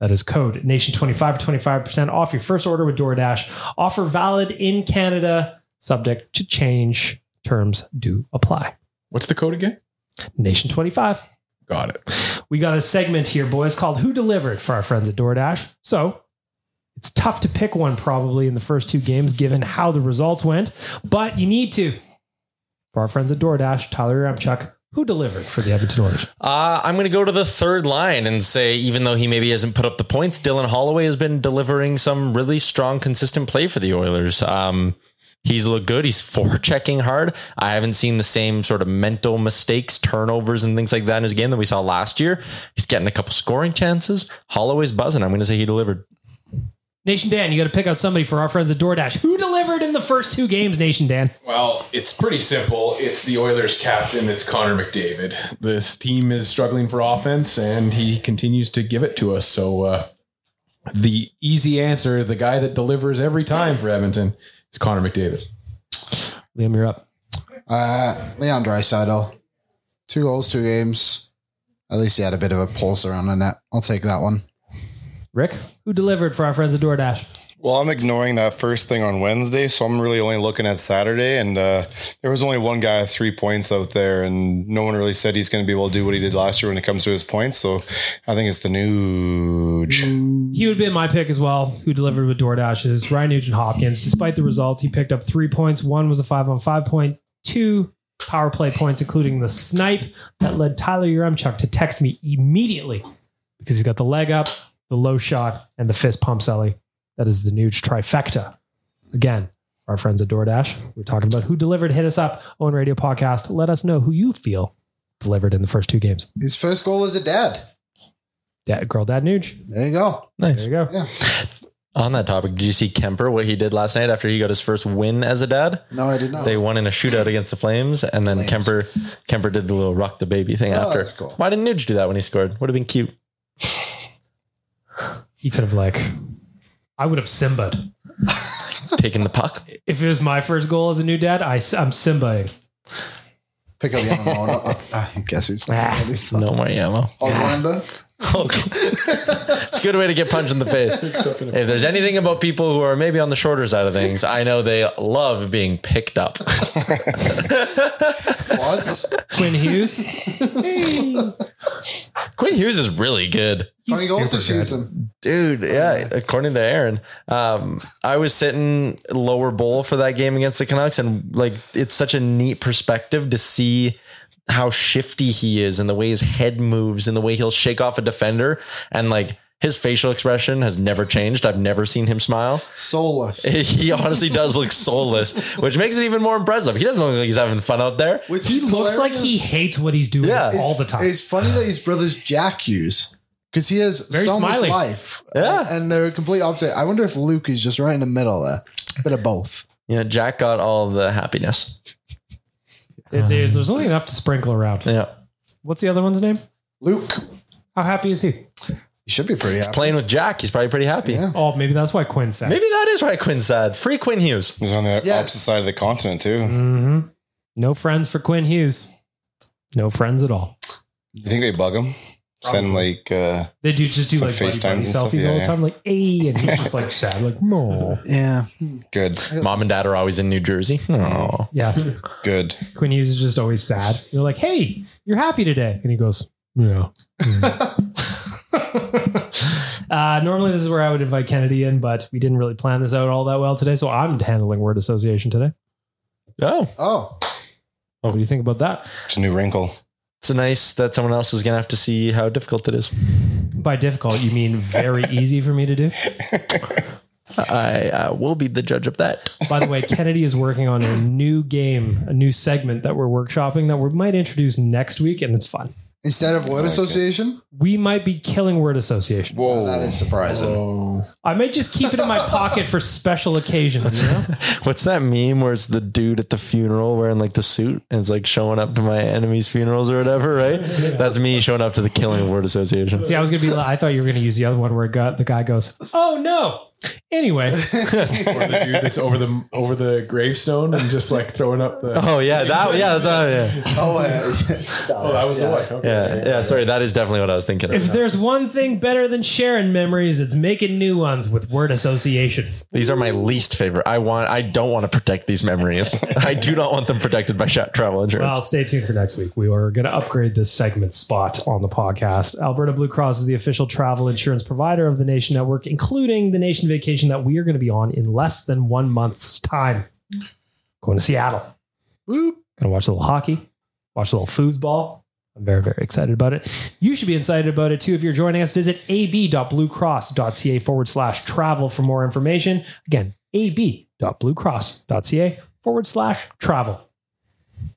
that is code NATION25 for 25% off your first order with DoorDash. Offer valid in Canada, subject to change. Terms do apply.
What's the code again?
NATION25.
Got it.
We got a segment here, boys, called Who Delivered for our friends at DoorDash. So it's tough to pick one probably in the first two games, given how the results went, but you need to. For our friends at DoorDash, Tyler Ramchuk, who delivered for the Edmonton Oilers?
Uh, I'm going to go to the third line and say, even though he maybe hasn't put up the points, Dylan Holloway has been delivering some really strong, consistent play for the Oilers. Um, he's looked good. He's forechecking hard. I haven't seen the same sort of mental mistakes, turnovers, and things like that in his game that we saw last year. He's getting a couple scoring chances. Holloway's buzzing. I'm going to say he delivered.
Nation Dan, you got to pick out somebody for our friends at DoorDash. Who delivered in the first two games, Nation Dan?
Well, it's pretty simple. It's the Oilers captain. It's Connor McDavid. This team is struggling for offense, and he continues to give it to us. So, uh, the easy answer, the guy that delivers every time for Edmonton, is Connor McDavid.
Liam, you're up.
Uh, Leon Dreisaitl, two goals, two games. At least he had a bit of a pulse around the net. I'll take that one.
Rick, who delivered for our friends at DoorDash?
Well, I'm ignoring that first thing on Wednesday, so I'm really only looking at Saturday. And uh, there was only one guy with three points out there, and no one really said he's going to be able to do what he did last year when it comes to his points. So I think it's the Nuge.
Mm.
He would have been my pick as well. Who delivered with DoorDash is Ryan Nugent Hopkins. Despite the results, he picked up three points. One was a five on five point, two power play points, including the snipe that led Tyler Uremchuk to text me immediately because he's got the leg up, the low shot, and the fist pump celly. That is the Nuge trifecta. Again, our friends at DoorDash, we're talking about who delivered. Hit us up, Owen Radio Podcast. Let us know who you feel delivered in the first two games.
His first goal as a dad.
Dad, girl, dad, Nuge.
There you go.
There you go.
On that topic, did you see Kemper, what he did last night after he got his first win as a dad?
No, I did not.
They won in a shootout against the Flames, and then
Flames.
Kemper
Oh,
Kemper did the little rock the baby thing after.
that's cool.
Why didn't Nuge do that when he scored? Would have been cute.
He could have like, I would have Simba'd.
Taking the puck.
If it was my first goal as a new dad, I, am Simbaing.
Pick up Yamamoto. I guess he's not
Ah,
really fun.
No more ammo.
Orlando.
it's a good way to get punched in the face. If there's anything about people who are maybe on the shorter side of things, I know they love being picked up.
What?
Quinn Hughes.
Quinn Hughes is really good.
How many goals did she season?
Dude, yeah, according to Aaron, um, I was sitting lower bowl for that game against the Canucks, and like it's such a neat perspective to see how shifty he is and the way his head moves and the way he'll shake off a defender. And like his facial expression has never changed. I've never seen him smile.
Soulless.
he honestly does look soulless, which makes it even more impressive. He doesn't look like he's having fun out there.
Which
He
is
looks like he
hilarious.
hates what he's doing
Yeah.
all the
It's-
time.
It's funny that his brother's Jack Hughes because he has
Very
so
smiley.
much life.
Yeah.
And, and they're complete opposite. I wonder if Luke is just right in the middle there. Bit of both.
You know, Jack got all the happiness.
There- there- There's only enough to sprinkle around.
Yeah.
What's the other one's name?
Luke,
How happy is he?
you should be pretty happy.
Playing with Jack, he's probably pretty happy.
Yeah.
Oh, maybe that's why Quinn said.
Maybe that is why Quinn's sad. Free Quinn Hughes.
He's on the
Yes.
opposite side of the continent, too.
Mhm. No friends for Quinn Hughes. No friends at all.
You think they bug him? Send him like, uh,
They do just do
Some
like buddy,
FaceTimes
buddy
and stuff,
selfies
yeah,
all the
yeah.
time, like hey, and he's just like sad, like no.
Yeah.
good,
Mom and dad are always in New Jersey. Oh.
Yeah,
good.
Quinn Hughes is just always sad. You're like, hey, you're happy today, and he goes, yeah. uh, normally, this is where I would invite Kennedy in, but we didn't really plan this out all that well today, so I'm handling word association today.
Oh.
Oh,
What do you think about that?
It's a new wrinkle.
It's a nice that someone else is gonna have to see how difficult it is.
By difficult, you mean very easy for me to do.
I uh, will be the judge of that.
By the way, Kennedy is working on a new game, a new segment that we're workshopping that we might introduce next week, and it's fun.
instead of word association.
We might be killing word association.
Whoa.
That is surprising.
I may just keep it in my pocket for special occasions. You know?
What's that meme where it's the dude at the funeral wearing like the suit and it's like showing up to my enemy's funerals or whatever, right? That's me showing up to the killing of word association.
See, I was gonna be. I thought you were gonna use the other one where it got, the guy goes, "Oh no." Anyway,
or the dude that's over the over the gravestone and just like throwing up the.
Oh yeah, that yeah, that's uh,
Oh, uh,
Oh, that was the one. Okay.
yeah, yeah, yeah. Sorry, that is definitely what I was thinking.
if
Of.
there's one thing better than sharing memories, it's making new ones with word association.
These are my least favorite. I want, I don't want to protect these memories. I do not want them protected by shot travel insurance.
Well, stay tuned for next week. We are going to upgrade this segment spot on the podcast. Alberta Blue Cross is the official travel insurance provider of the Nation Network, including the Nation vacation that we are going to be on in less than one month's time. Going to Seattle. Going to watch a little hockey, watch a little foosball. I'm very, very excited about it. You should be excited about it too. If you're joining us, visit ab.bluecross.ca forward slash travel for more information. Again, ab.bluecross.ca forward slash travel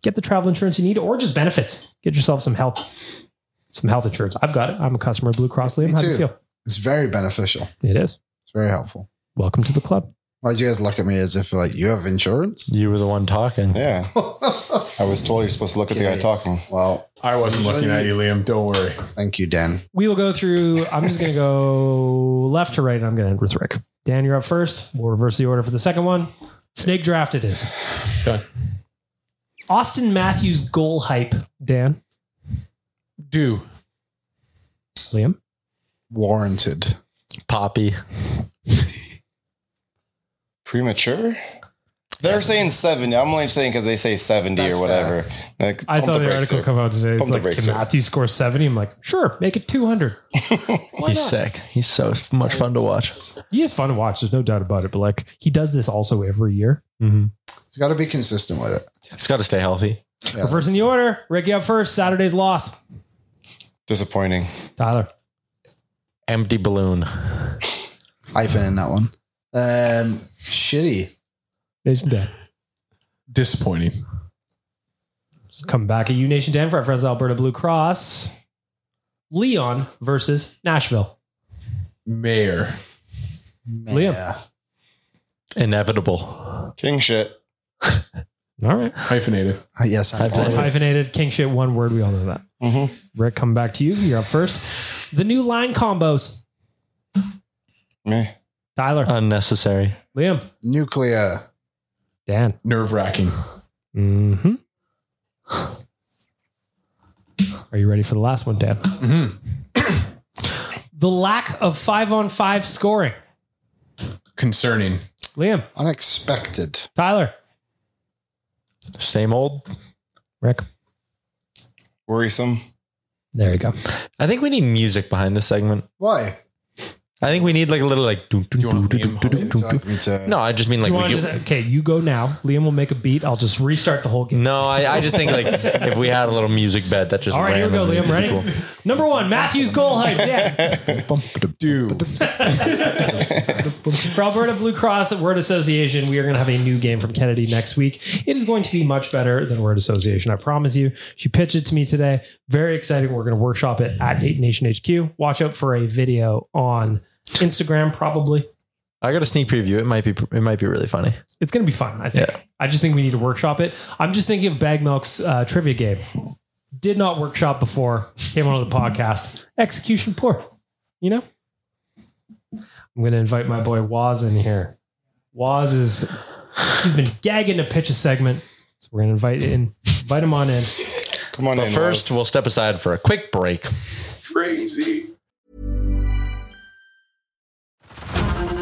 get the travel insurance you need or just benefits. Get yourself some health, some health insurance. I've got it. I'm a customer of Blue Cross Liam.
Me
How do you
too.
feel?
it's very beneficial.
It is.
It's very helpful.
Welcome to the club.
Why'd you guys look at me as if like you have insurance?
you were the one talking.
Yeah. I was told you're supposed to look at the guy talking.
Well,
I wasn't looking at you, Liam. Don't worry.
thank you, Dan.
We will go through. I'm just going to go left to right and I'm going to end with Rick. Dan, you're up first. We'll reverse the order for the second one. Snake draft it is.
Done.
Austin Matthews goal hype. Dan,
Do
Liam,
Warranted.
Poppy.
Premature? They're saying 70. I'm only saying because they say 70
That's
or whatever. Like,
I
pump
saw the,
brakes
article
here.
come out today. It's
Pump the
like,
brakes,
can
sir.
Matthews score 70? I'm like, sure, make it 200. Why
He's
not?
sick. He's so much fun to watch.
He is fun to watch. There's no doubt about it. But like, he does this also every year.
He's got to be consistent with it.
It's got to stay healthy.
Yeah.
Reverse in the order. Ricky up first. Saturday's loss.
Disappointing.
Tyler.
Empty balloon.
Hyphen in that one. Um, shitty.
Nation Dan.
disappointing.
Just come back at you, Nation Dan, for our friends at Alberta Blue Cross. Leon versus Nashville.
Mayor.
Liam.
Yeah.
Inevitable.
King shit.
All right.
Hyphenated.
Uh, Yes, I
Hyphen.
apologize.
Hyphenated king shit. One word. We all know that.
Mhm.
Mm-hmm.
Rick, come back to you. You're up first. The new line combos.
Meh.
Tyler.
Unnecessary.
Liam.
Nuclear.
Dan.
Nerve wracking.
Mm-hmm. Are you ready for the last one, Dan? Mm-hmm. the lack of five on five scoring.
Concerning.
Liam.
Unexpected.
Tyler.
Same old.
Rick.
Worrisome.
There you go.
I think we need music behind this segment.
Why?
I think we need like a little like. doo, doo,
Do you
doo,
want
doo,
Liam
doo, doo,
Would
doo,
you
doo, doo.
like me to?
No, I just mean like.
you
We
want to
get-
just, okay, you go now. Liam will make a beat. I'll just restart the whole game.
no, I, I just think like if we had a little music bed that just.
All right, here we go,
randomly
Liam. Ready?
people-
Number one, Matthews goal hype. Yeah.
Do
For Alberta Blue Cross Word Association, we are going to have a new game from Kennedy next week. It is going to be much better than Word Association. I promise you. She pitched it to me today. Very exciting. We're going to workshop it at Nation HQ. Watch out for a video on Instagram, probably.
I got a sneak preview. It might be it might be really funny.
It's going to be fun, I think. I just think we need to workshop it. I'm just thinking of Bag Milk's uh, trivia game. Did not workshop before, came on the podcast. Execution poor, you know? I'm going to invite my boy Waz in here. Waz is, he's been gagging to pitch a segment. So we're going to invite in, invite him on in.
Come on
But
in.
first,
Lois.
we'll step aside for a quick break.
crazy.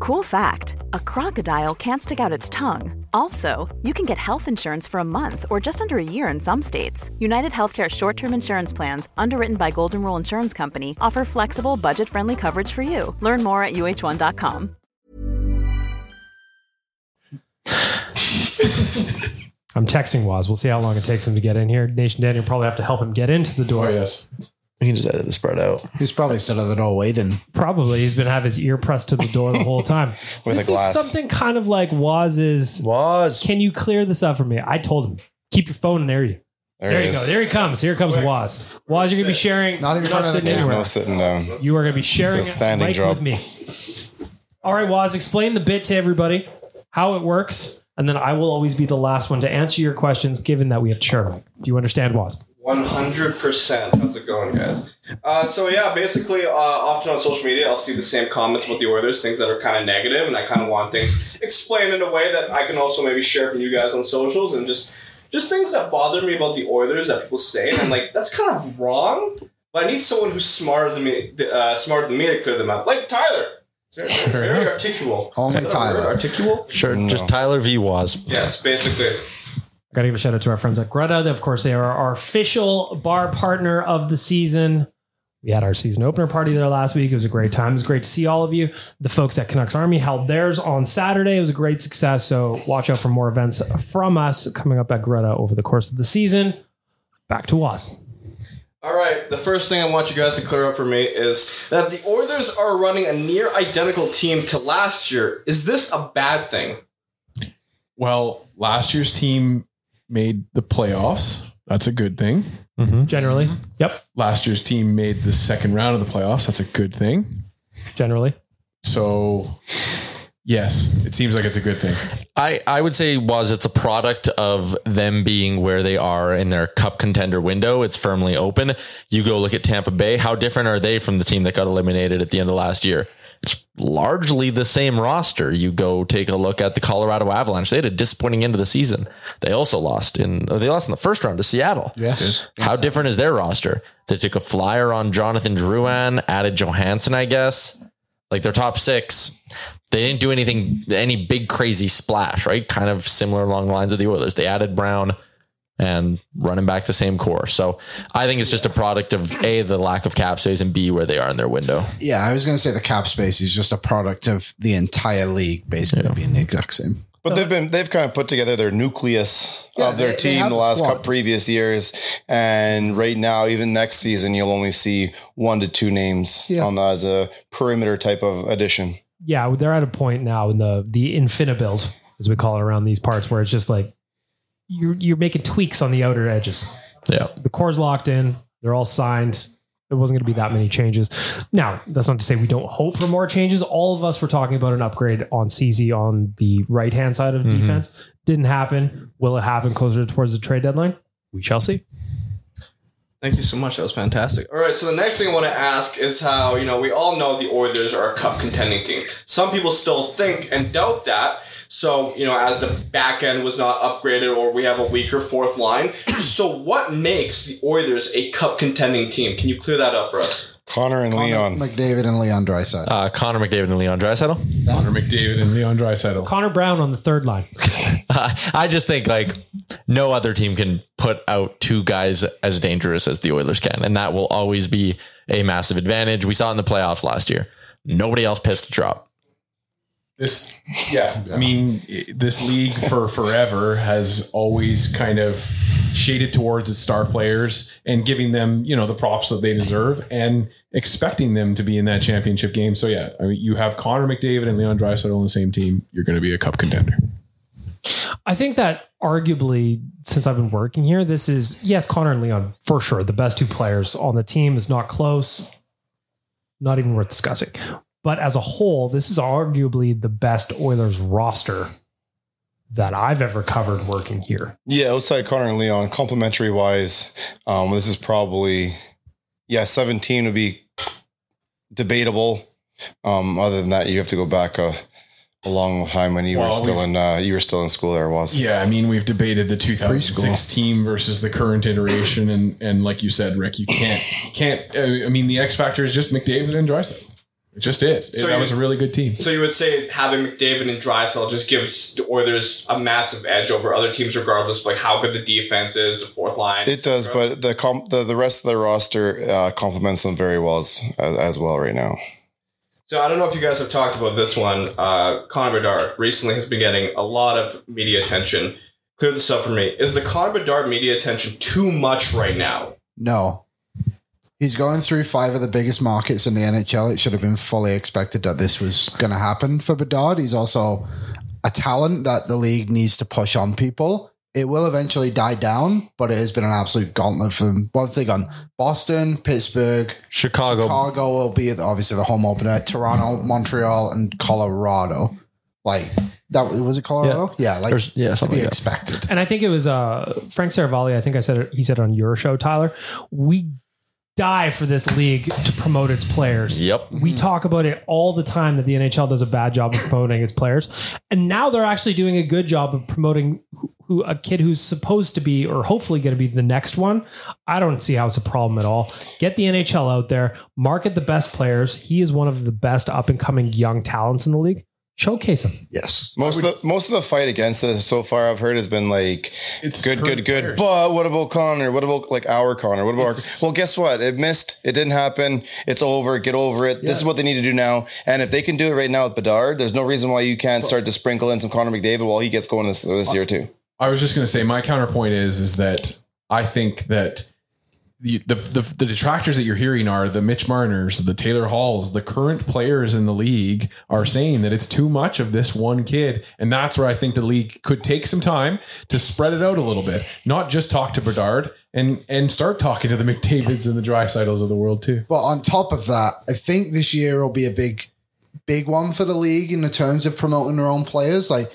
Cool fact a crocodile can't stick out its tongue. Also, you can get health insurance for a month or just under a year in some states. United Healthcare short term insurance plans, underwritten by Golden Rule Insurance Company, offer flexible, budget friendly coverage for you. Learn more at uh1.com.
I'm texting Waz. We'll see how long it takes him to get in here. Nation Daniel will probably have to help him get into the door.
Oh, yes.
We can just edit this part out.
He's probably sitting at the door waiting.
Probably he's been have his ear pressed to the door the whole time.
With a
this
glass.
is something kind of like Waz's.
Was
Can you clear this up for me? I told him keep your phone in area.
There,
There,
he
you go.
is.
There he comes. Here comes Waz. Waz, you're gonna be sharing.
Not even
you're not
front of the
sitting
There's
anywhere.
no sitting down.
You are gonna be sharing
It's a standing
a mic
job.
with me. All right, Waz, explain the bit to everybody, how it works, and then I will always be the last one to answer your questions, given that we have to share a mic. Do you understand, Waz?
100%. How's it going, guys? Uh, so, yeah, basically, uh, often on social media, I'll see the same comments about the Oilers, things that are kind of negative, and I kind of want things explained in a way that I can also maybe share from you guys on socials and just just things that bother me about the Oilers that people say, and I'm like, that's kind of wrong, but I need someone who's smarter than me, uh, smarter than me to clear them up, like Tyler. Very, very articulate.
Only
Is that a word?
Tyler.
Articulate?
sure. Just Tyler V. Was.
Yes, basically.
Got to give a shout out to our friends at Greta. Of course, they are our official bar partner of the season. We had our season opener party there last week. It was a great time. It was great to see all of you. The folks at Canucks Army held theirs on Saturday. It was a great success. So watch out for more events from us coming up at Greta over the course of the season. Back to Wasp.
All right, the first thing I want you guys to clear up for me is that the Oilers are running a near identical team to last year. Is this a bad thing?
Well, last year's team made the playoffs. That's a good thing.
Generally, yep.
Last year's team made the second round of the playoffs. That's a good thing.
Generally,
So, yes, it seems like it's a good thing.
I, I would say was it's a product of them being where they are in their cup contender window. It's firmly open. You go look at Tampa Bay. How different are they from the team that got eliminated at the end of last year? It's largely the same roster. You go take a look at the Colorado Avalanche. They had a disappointing end of the season. They also lost in oh, they lost in the first round to Seattle.
Yes.
How different is their roster? They took a flyer on Jonathan Drouin, added Johansson, I guess. Like their top six, they didn't do anything, any big crazy splash, right? Kind of similar along the lines of the Oilers. They added Brown and running back the same core. So I think it's just a product of A, the lack of cap space, and B, where they are in their window.
Yeah, I was going to say the cap space is just a product of the entire league basically being the exact same.
But they've been they've kind of put together their nucleus
Yeah,
of their
they- they
team
have
the
the
last
squad.
couple previous years, and right now, even next season, you'll only see one to two names
Yeah.
on the, as a perimeter type of addition.
yeah, they're at a point now in the the infinibuild, as we call it around these parts, where it's just like you're you're making tweaks on the outer edges.
Yeah.
the core's locked in. They're all signed. There wasn't going to be that many changes. Now, that's not to say we don't hope for more changes. All of us were talking about an upgrade on CZ on the right hand side of
Mhm.
defense. Didn't happen. Will it happen closer towards the trade deadline? We shall see.
Thank you so much. That was fantastic. All right, so the next thing I want to ask is how, you know, we all know the Oilers are a cup contending team. Some people still think and doubt that. So, you know, as the back end was not upgraded or we have a weaker fourth line. so, what makes the Oilers a cup contending team? Can you clear that up for us?
Connor and Leon.
McDavid and Leon Dryside.
Uh, Connor McDavid and Leon Dreisettle.
Connor McDavid and Leon Dreisettle.
Connor Brown on the third line.
I just think like no other team can put out two guys as dangerous as the Oilers can, and that will always be a massive advantage. We saw it in the playoffs last year. Nobody else pissed a drop.
This, yeah, I mean, i- this league for forever has always kind of shaded towards its star players and giving them, you know, the props that they deserve and expecting them to be in that championship game. So, yeah, I mean, you have Connor McDavid and Leon Dreisettle on the same team. You're going to be a cup contender.
I think that arguably, since I've been working here, this is yes, Connor and Leon for sure the best two players on the team is not close, not even worth discussing. But as a whole, this is arguably the best Oilers roster that I've ever covered working here.
Yeah, outside Connor and Leon, complimentary wise, um, this is probably yeah, seventeen would be debatable. Um, other than that, you have to go back a, a long time when you were
Well,
still
we've-
in uh, you were still in school. There was
Yeah, I mean, we've debated the 2006 team versus the current iteration, and and like you said, Rick, you can't can't. uh, I mean, the X factor is just McDavid and Drysdale. It just is. It-
So
that
you-
was a really good team.
So you would say having McDavid and Drysdale just gives the Oilers a massive edge over other teams, regardless of like how good the defense is, the fourth line.
It does, but the comp, the, the rest of the roster uh, complements them very well as, as, as well right now.
So I don't know if you guys have talked about this one. Uh, Connor Bedard recently has been getting a lot of media attention. Clear this up for me. Is the Connor Bedard media attention too much right now?
No. He's going through five of the biggest markets in the NHL. It should have been fully expected that this was going to happen for Bedard. He's also a talent that the league needs to push on people. It will eventually die down, but it has been an absolute gauntlet for them. What have they gone? Boston, Pittsburgh,
Chicago.
Chicago will be the- obviously the home opener. Toronto, Montreal, and Colorado. Like that was it Colorado? Yeah, like
There's- yeah,
to
something
be
like that.
expected.
And I think it was uh, Frank Saravalli. I think I said it, he said it on your show, Tyler. We die for this league to promote its players.
Yep.
We talk about it all the time that the NHL does a bad job of promoting its players, and now they're actually doing a good job of promoting who, who a kid who's supposed to be or hopefully going to be the next one. I don't see how it's a problem at all. Get the NHL out there, market the best players. He is one of the best up and coming young talents in the league. Showcase him.
Yes.
Most of the most of the fight against us so far I've heard has been like it's good,
current
good, good.
players.
But what about Connor? What about like our Connor? What about
It's-
our Well, guess what? It missed. It didn't happen. It's over. Get over it. This is what they need to do now. And if they can do it right now with Bedard, there's no reason why you can't start to sprinkle in some Connor McDavid while he gets going this, this year too.
I was just going to say my counterpoint is is that I think that the, the the the detractors that you're hearing are the Mitch Marners, the Taylor Halls, the current players in the league are saying that it's too much of this one kid, and that's where I think the league could take some time to spread it out a little bit, not just talk to Bedard and and start talking to the McDavid's and the Drysidles of the world too.
But on top of that, I think this year will be a big, big one for the league in the terms of promoting their own players. Like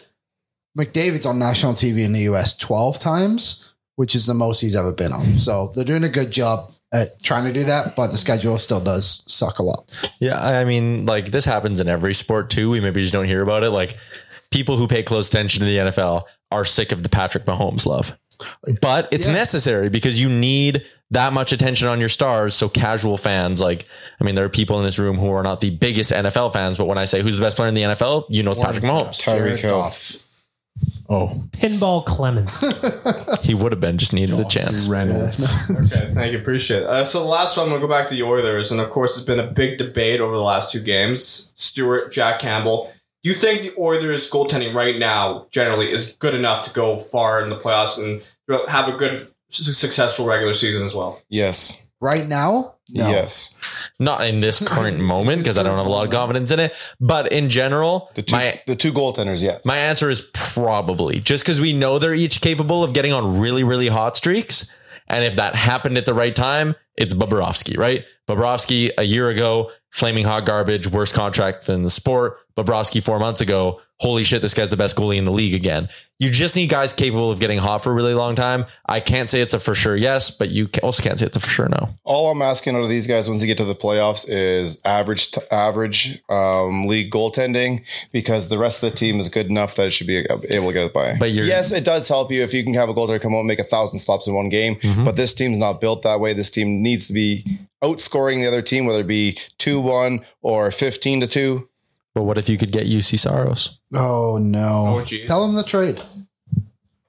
McDavid's on national TV in the US 12 times, which is the most he's ever been on. So they're doing a good job at trying to do that, but the schedule still does suck a lot.
Yeah, I I mean, like this happens in every sport too. We maybe just don't hear about it. Like people who pay close attention to the NFL are sick of the Patrick Mahomes love. But it's necessary because you need that much attention on your stars. So casual fans, like, I mean, there are people in this room who are not the biggest NFL fans, but when I say who's the best player in the NFL, you know it's Patrick Mahomes.
Tyreek Hill.
Oh,
Pinball Clemens.
He would have been just
Oh,
needed a chance.
Reynolds.
Okay, thank you. Appreciate it. Uh, so the last one, I'm going to go back to the Oilers. And of course, it's been a big debate over the last two games. Stewart, Jack Campbell. Do you think the Oilers goaltending right now generally is good enough to go far in the playoffs and have a good, su- successful regular season as well?
Yes.
Right now, no.
Yes.
Not in this current moment because I don't have a lot of confidence in it. But in general,
The two
my
the two goaltenders, yes.
My answer is probably just because we know they're each capable of getting on really, really hot streaks. And if that happened at the right time, it's Bobrovsky, right? Bobrovsky a year ago, flaming hot garbage, worse contract than the sport. Bobrovsky four months ago, holy shit, this guy's the best goalie in the league again. You just need guys capable of getting hot for a really long time. I can't say it's a for sure yes, but you ca- also can't say it's a for sure no.
All I'm asking out of these guys once you get to the playoffs is average t- average um, league goaltending because the rest of the team is good enough that it should be able to get by.
But you're-
yes, it does help you if you can have a goaltender come out and make a thousand stops in one game.
Mm-hmm.
But this team's not built that way. This team needs to be outscoring the other team, whether it be two one or fifteen to two.
But what if you could get UC Saros?
Oh, no.
Oh, geez.
Tell him the trade.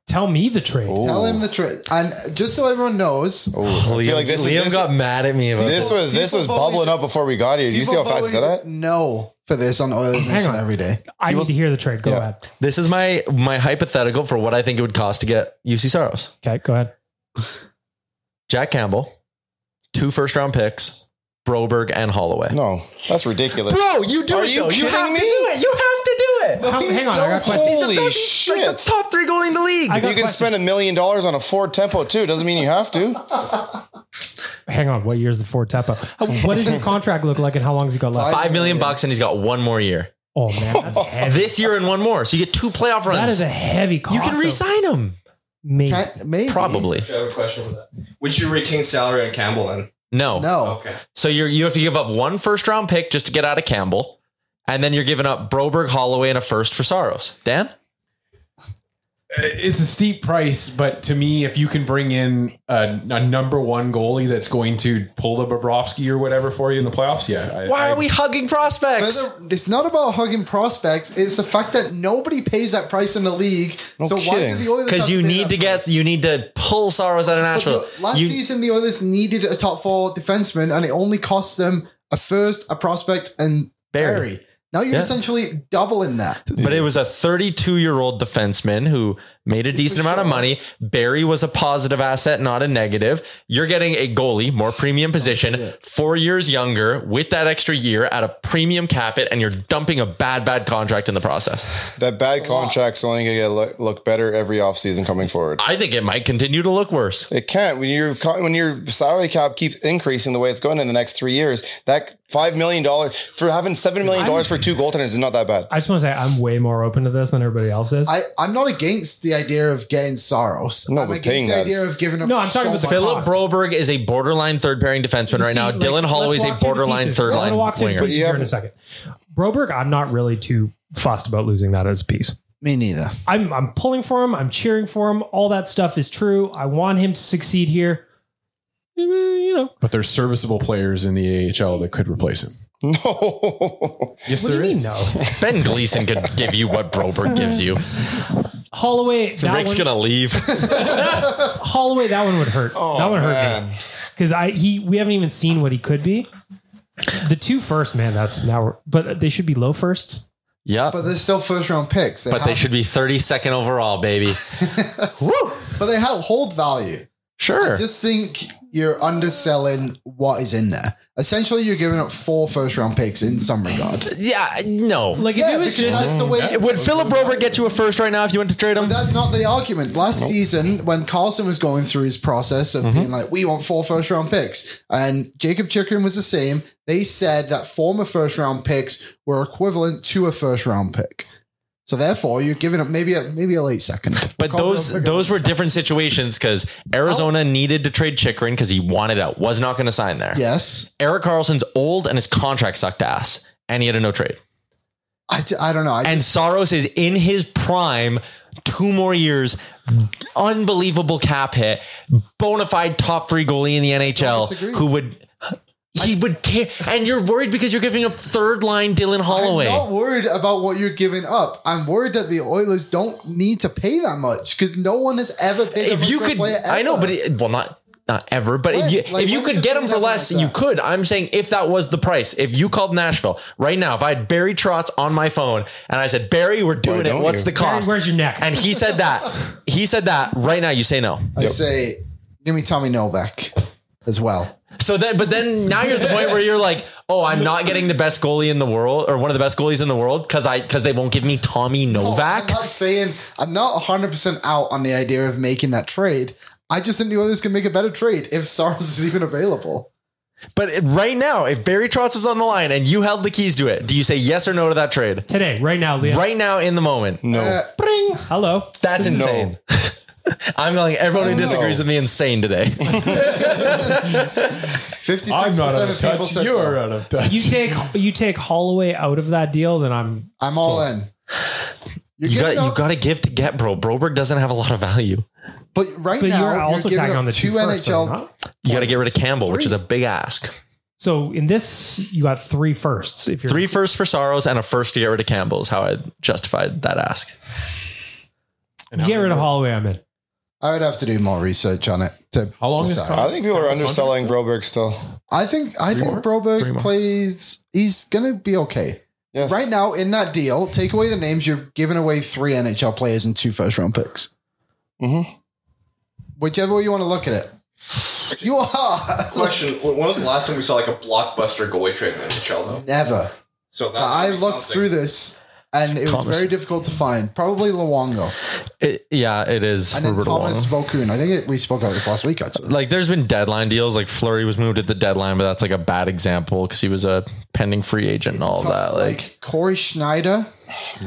Tell me the trade.
Oh,
Tell him the trade. And just so everyone knows,
Liam,
like this is-
Liam
this-
got mad at me about
This
this.
was this was
People voted-
bubbling up before we got here. Do you see how
People
fast I said that?
voted No for this on Oilers
Hang
Nation
on.
every day.
I need to hear the trade. Go ahead.
This is my my hypothetical for what I think it would cost to get UC Saros.
Okay, go ahead.
Jack Campbell, two first round picks, Broberg and Holloway.
No, that's ridiculous.
you do
Are you kidding me?
You have to do it.
How- hang on, I got a question.
Holy
He's
shit!
Like the top three goalie in the league.
I got
you can
questions.
spend a million dollars on a Ford Tempo too. Doesn't mean you have to.
Hang on, what year is the Ford Tepo? How- What does his contract look like, and how long has he got left?
Five million bucks, and he's got one more year.
Oh man, that's heavy.
this year and one more, so you get two playoff runs.
That is a heavy cost.
You can re-sign him.
Maybe.
Probably.
I have a question for that. Would you retain salary on Campbell then?
No.
No.
Okay.
So you you have to give up one first round pick just to get out of Campbell, and then you're giving up Broberg, Holloway, and a first for Soros. Dan,
Uh, it's a steep price, but to me, if you can bring in a, a number one goalie that's going to pull the Bobrovsky or whatever for you in the playoffs, yeah. I- I-
hugging prospects?
It's not about hugging prospects. It's the fact that nobody pays that price in the league. so why do the Oilers? have
Because you
pay
need
that
to get you need to pull Soros out of
But
Nashville.
the- last
You-
season, the Oilers needed a top four defenseman, and it only cost them a first, a prospect, and
Barry.
Barry. Now you're
Yeah.
essentially doubling that.
But it was a 32 year old defenseman who made a decent amount of money. Barry was a positive asset, not a negative. You're getting a goalie, more premium position, four years younger, with that extra year at a premium cap it, and you're dumping a bad, bad contract in the process.
That bad contract's only going to look, look better every offseason coming forward.
I think it might continue to look worse.
It can't when your co- when your salary cap keeps increasing the way it's going in the next three years. That five million dollars for having seven million dollars for two goaltenders is not that bad.
I just want to say I'm way more open to this than everybody else is.
I, I'm not against the idea of getting Soros.
No,
I'm
but
against
paying
the
that
idea
is-
of giving up.
No, I'm talking about the
much.
Philip Broberg is a borderline third pairing defenseman right
See,
now.
like,
Dylan
let's
Holloway is a
walk through the
borderline
pieces.
third
We're
line
gonna walk through the
winger.
pieces here in a second. Broberg, I'm not really too fussed about losing that as a piece.
Me neither.
I'm I'm pulling for him. I'm cheering for him. All that stuff is true. I want him to succeed here. Eh, You know,
But there's serviceable players in the AHL that could replace him.
No,
Yes,
what do
there
you mean
is.
no?
Ben Gleason could give you what Broberg gives you.
Holloway, that
Rick's
one,
gonna leave.
Holloway, that one would hurt. that one hurt me because I he we haven't even seen what he could be. The two first man, that's now, we're- but they should be low firsts.
Yeah,
But they're still first round picks.
but they
have-
should be 32nd overall, baby.
But they have hold value.
Sure.
I just think you're underselling what is in there. Essentially, you're giving up four first round picks in some regard.
Yeah, no. Uh,
Like if
Yeah,
it was
because that's
just
the way.
Would Philip Rober get you a first right now if you went to trade him?
That's not the argument. Last season, when Carlson was going through his process
Mm-hmm.
of being like, we want four first round picks, and Jacob Chikrin was the same, they said that former first round picks were equivalent to a first round pick. So therefore, you're giving up maybe a maybe a late second.
But those those were different situations because
Oh.
Arizona needed to trade Chikrin because he wanted out, was not going to sign there.
yes.
Eric Carlson's old and his contract sucked ass, and he had a no trade.
I, ju- I don't know. I
And Soros is in his prime, two more years, unbelievable cap hit, bona fide top three goalie in the
disagree.
NHL who would. He would care, and you're worried because you're giving up third line Dylan Holloway.
I'm not worried about what you're giving up. I'm worried that the Oilers don't need to pay that much because no one has ever paid. that
if
much
you
for a
could,
player
I know,
ever.
but it, well, not not ever. But
When?
if you
Like,
if you
when
could
has it
get
been
them for
done
less,
like
you
that?
could. I'm saying if that was the price, if you called Nashville right now, if I had Barry Trotz on my phone and I said Barry, we're doing it.
don't
What's
you?
the cost?
where's your neck?
and he said that. He said that right now. You say no.
I say, give me Tommy Novak as well.
So then, but then now you're at the point where you're like, oh, I'm not getting the best goalie in the world or one of the best goalies in the world because I because they won't give me Tommy Novak.
Oh, I'm not saying I'm not 100 percent out on the idea of making that trade. I just think the Oilers can make a better trade if Soros is even available.
but it- right now, if Barry Trotz is on the line and you held the keys to it, do you say yes or no to that trade?
today, right now, Leon.
Right now, in the moment.
no.
Uh,
Bring. Hello.
That's
No.
insane. I'm like everyone who disagrees with me insane today.
56
I'm not out of
percent of people
touch.
said
You're
no.
out of touch.
You take you take Holloway out of that deal, then I'm
I'm all in. You're
you got
giving
you
up-
got to give to get, bro. Broberg doesn't have a lot of value.
but right
but
now
you're also
giving
tagging
up
on the two,
two NHL.
You got to get rid of Campbell, which is a big ask.
So in this, you got three firsts. If you're
Three firsts for Soros and a first to get rid of Campbell is how I justified that ask.
get rid of Holloway, I'm in.
I would have to do more research on it. To
How long is
decide.
I think people are underselling Broberg still.
I think I think Broberg plays. He's gonna be okay.
Yes.
Right now in that deal, take away the names. You're giving away three NHL players and two first round picks.
Mm-hmm.
Mhm.
Whichever way you want to look at it, you are
Question: When was the last time we saw like a blockbuster goalie trade in the NHL? Though?
never.
So that
I
that'd be
looked
something.
through this. and it was
Thomas.
very difficult to find. Probably Luongo
It- yeah, it is.
and then
Roberto
Thomas
Wong.
Volkun. I think it, we spoke about this last week. Actually,
like there's been deadline deals like Flurry was moved at the deadline, but that's like a bad example because he was a pending free agent and all that. Like,
Corey Schneider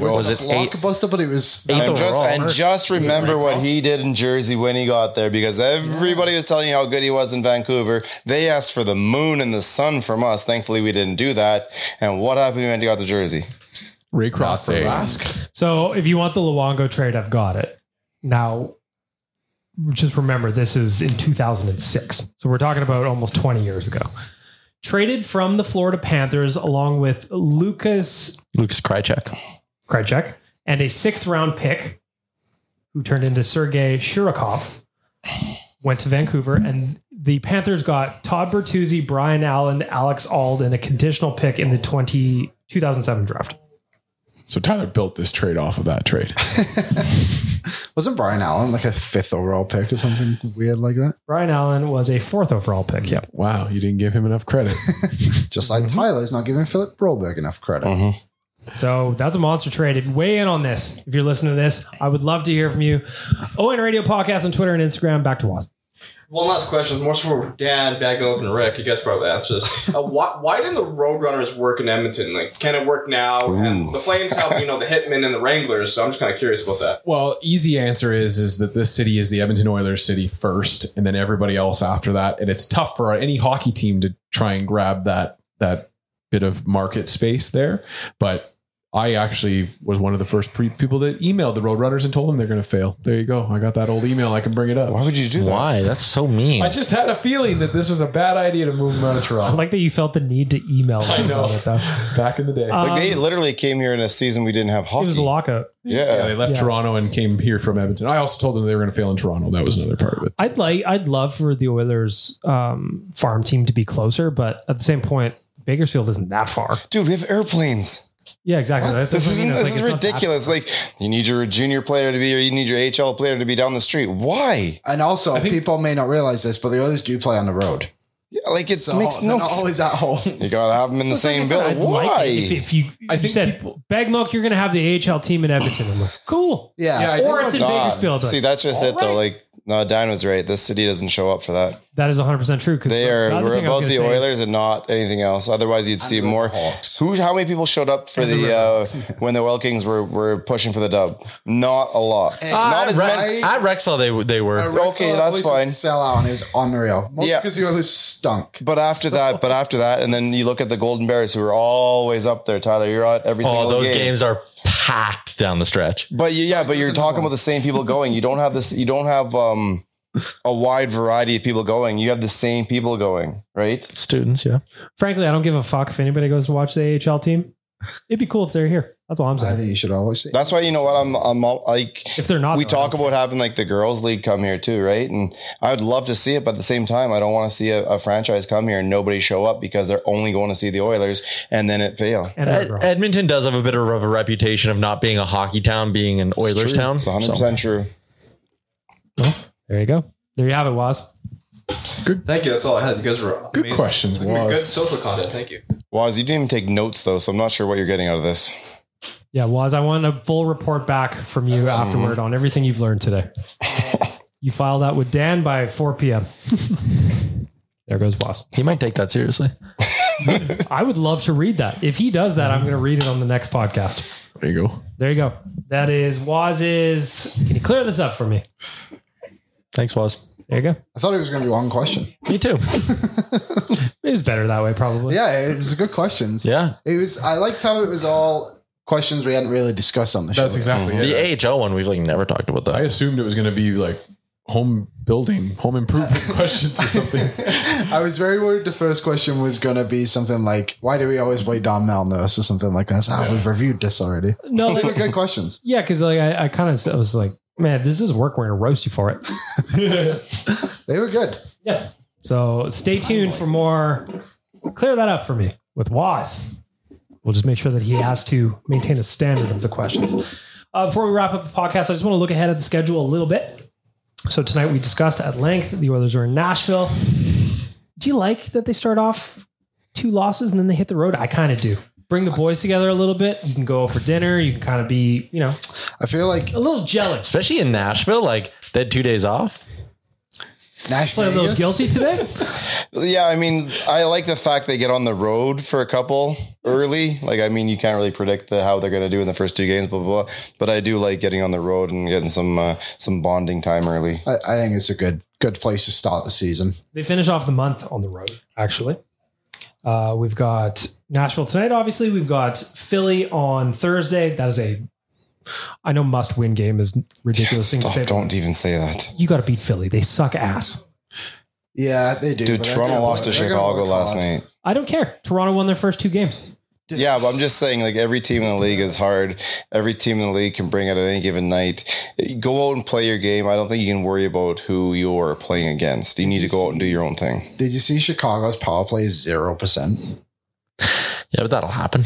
was,
was
a
it eight-
blockbuster, but it was
And just,
overall.
and just remember what he did in Jersey when he got there because everybody was telling you how good he was in Vancouver. They asked for the moon and the sun from us. Thankfully, we didn't do that. And what happened when he got to Jersey?
Ray Croft for Rask.
So if you want the Luongo trade, I've got it. Now, just remember this is in 2006. So we're talking about almost 20 years ago. Traded from the Florida Panthers along with Lucas
Lucas Krychek.
Krychek and a sixth round pick who turned into Sergei Shirokov went to Vancouver and the Panthers got Todd Bertuzzi, Brian Allen, Alex Ald, and a conditional pick in the 20, 2007 draft.
So Tyler built this trade off of that trade.
Wasn't Brian Allen like a fifth overall pick or something weird like that?
Brian Allen was a fourth overall pick. Yep.
Wow, you didn't give him enough credit.
Just like
Mm-hmm.
Tyler's not giving Philip Broberg enough credit.
So that's a monster trade. If you Weigh in on this. If you're listening to this, I would love to hear from you. ON Radio Podcast on Twitter and Instagram. Back to Wasp.
One last question, more so for Dan, Bagnook, and Rick. You guys probably answer this. Uh, why, why didn't the Roadrunners work in Edmonton? Like, can it work now? And the Flames have, you know, the Hitmen and the Wranglers, so I'm just kind of curious about that.
Well, easy answer is is that this city is the Edmonton Oilers city first, and then everybody else after that. And it's tough for any hockey team to try and grab that that bit of market space there. But I actually was one of the first pre- people that emailed the Roadrunners and told them they're going to fail. There you go. I got that old email. I can bring it up. Why
would you do
that? Why? That's so mean.
I just had a feeling that this was a bad idea to move them out of
I
Toronto.
like that you felt the need to email.
I
them
know.
about it, though.
Back in the day,
Like they literally came here in a season we didn't have
It
hockey.
Um, was a lockout.
yeah.
they left
Yeah.
Toronto and came here from Edmonton. I also told them they were going to fail in Toronto. That was another part of it.
I'd like, I'd love for the Oilers um, farm team to be closer, but at the same point, Bakersfield isn't that far.
Dude, we have airplanes.
Yeah, exactly. That's
This
what I
isn't.
mean. It's like
This is
it's not that-
ridiculous. Like you need your junior player to be, or you need your HL player to be down the street. Why?
And also, people may not realize this, but the others do play on the road.
Yeah, like it
So
makes
they're
no
not
sense.
always at home.
You gotta have them in the same building.
I'd
Why?
like it if, if you, I
think
said, Bagmilk, you're going to have the AHL team in Edmonton. I'm like, cool.
Yeah, I
Yeah.
did
Or it's in
God.
Bakersfield. Like,
See, that's just it though.
alright.
Like no, Dan was right. This city doesn't show up for that.
that is 100% true. 'cause
They
the
are.
other
We're
thing I was
about
gonna
the
say is-
Oilers and not anything else. Otherwise, you'd see more. Who? How many people showed up for the uh, when the Oil Kings were were pushing for the dub? Not a lot. not
Uh,
as
at,
many.
Re- at Rexall, they they were.
Okay, that's fine.
Sell out and it was unreal. Mostly
Yeah.
because the Oilers stunk.
But after that, but after that, and then you look at the Golden Bears, who are always up there. Tyler, you're at every
Oh,
single
those
game.
games are packed down the stretch.
But you, yeah, but you're talking about the same people going. You don't have this. You don't have um a wide variety of people going. You have the same people going, right?
Students, yeah.
frankly, I don't give a fuck if anybody goes to watch the AHL team. It'd be cool if they're here. That's all I'm
I
saying.
think you should always say.
That's why you know what I'm. I'm all, like.
If they're not,
we
though,
talk
I don't
about having like the girls' league come here too, right? And I would love to see it, but at the same time, I don't want to see a, a franchise come here and nobody show up because they're only going to see the Oilers and then it fail.
care. And
Eh,
Ed-
they're wrong.
Uh, Edmonton does have a bit of a reputation of not being a hockey town, being an Oilers town.
It's 100 percent true.
there you go. There you have it, Wasp.
Thank you. That's all I had. You guys were
Good
amazing.
questions,
Good
Waz.
social content. Thank you.
Waz, you didn't even take notes though, so I'm not sure what you're getting out of this.
Yeah, Waz, I want a full report back from you afterward on everything you've learned today. you file that with Dan by 4 p.m. there goes Wasp.
He might take that seriously.
I would love to read that. If he does that, I'm going to read it on the next podcast.
There you go.
There you go. That is Waz's. Can you clear this up for me?
Thanks, Waz.
There you go.
I thought it was going to be one question.
Me too.
It was better that way, probably.
Yeah, it was a good questions.
Yeah.
It was. I liked how it was all questions we hadn't really discussed on the show.
That's exactly
Mm-hmm.
it.
The AHL one, we've like never talked about
I
that.
assumed it was going to be like home building, home improvement questions or something.
I was very worried the first question was going to be something like, why do we always play Don Malnurse or something like that? So, ah, we've reviewed this already.
No,
They were
like,
good questions.
yeah, because like I, I kind of was like, man, if this doesn't work, we're going to roast you for it.
They were good.
Yeah. So stay tuned for more. Clear that up for me with Waz. We'll just make sure that he has to maintain a standard of the questions. Uh, before we wrap up the podcast, I just want to look ahead at the schedule a little bit. So tonight we discussed at length the Oilers are in Nashville. Do you like that they start off two losses and then they hit the road? I kind of do. bring the boys together a little bit. You can go out for dinner. You can kind of be, you know,
I feel like
a little jealous.
Especially in Nashville, like they had two days off.
Nashville.
a little guilty today.
Yeah, I mean, I like the fact they get on the road for a couple early. Like, I mean, you can't really predict the, how they're going to do in the first two games, blah, blah blah. But I do like getting on the road and getting some uh, some bonding time early.
I, I think it's a good good place to start the season.
They finish off the month on the road, actually. Uh, we've got Nashville tonight, obviously. We've got Philly on Thursday. That is a, I know, must win game is ridiculous thing to
Stop,
say. but
don't even say that.
You got to beat Philly. They suck ass.
Yeah, they do.
Dude,
but they're
Toronto
gonna
lost to
work- they're gonna
Chicago
work
last
hard.
night.
I don't care. Toronto won their first two games.
Yeah, but I'm just saying, like every team in the league is hard. Every team in the league can bring it at any given night. Go out and play your game. I don't think you can worry about who you're playing against. You need to go out and do your own thing.
Did you see Chicago's power play is zero percent?
Yeah, but that'll happen.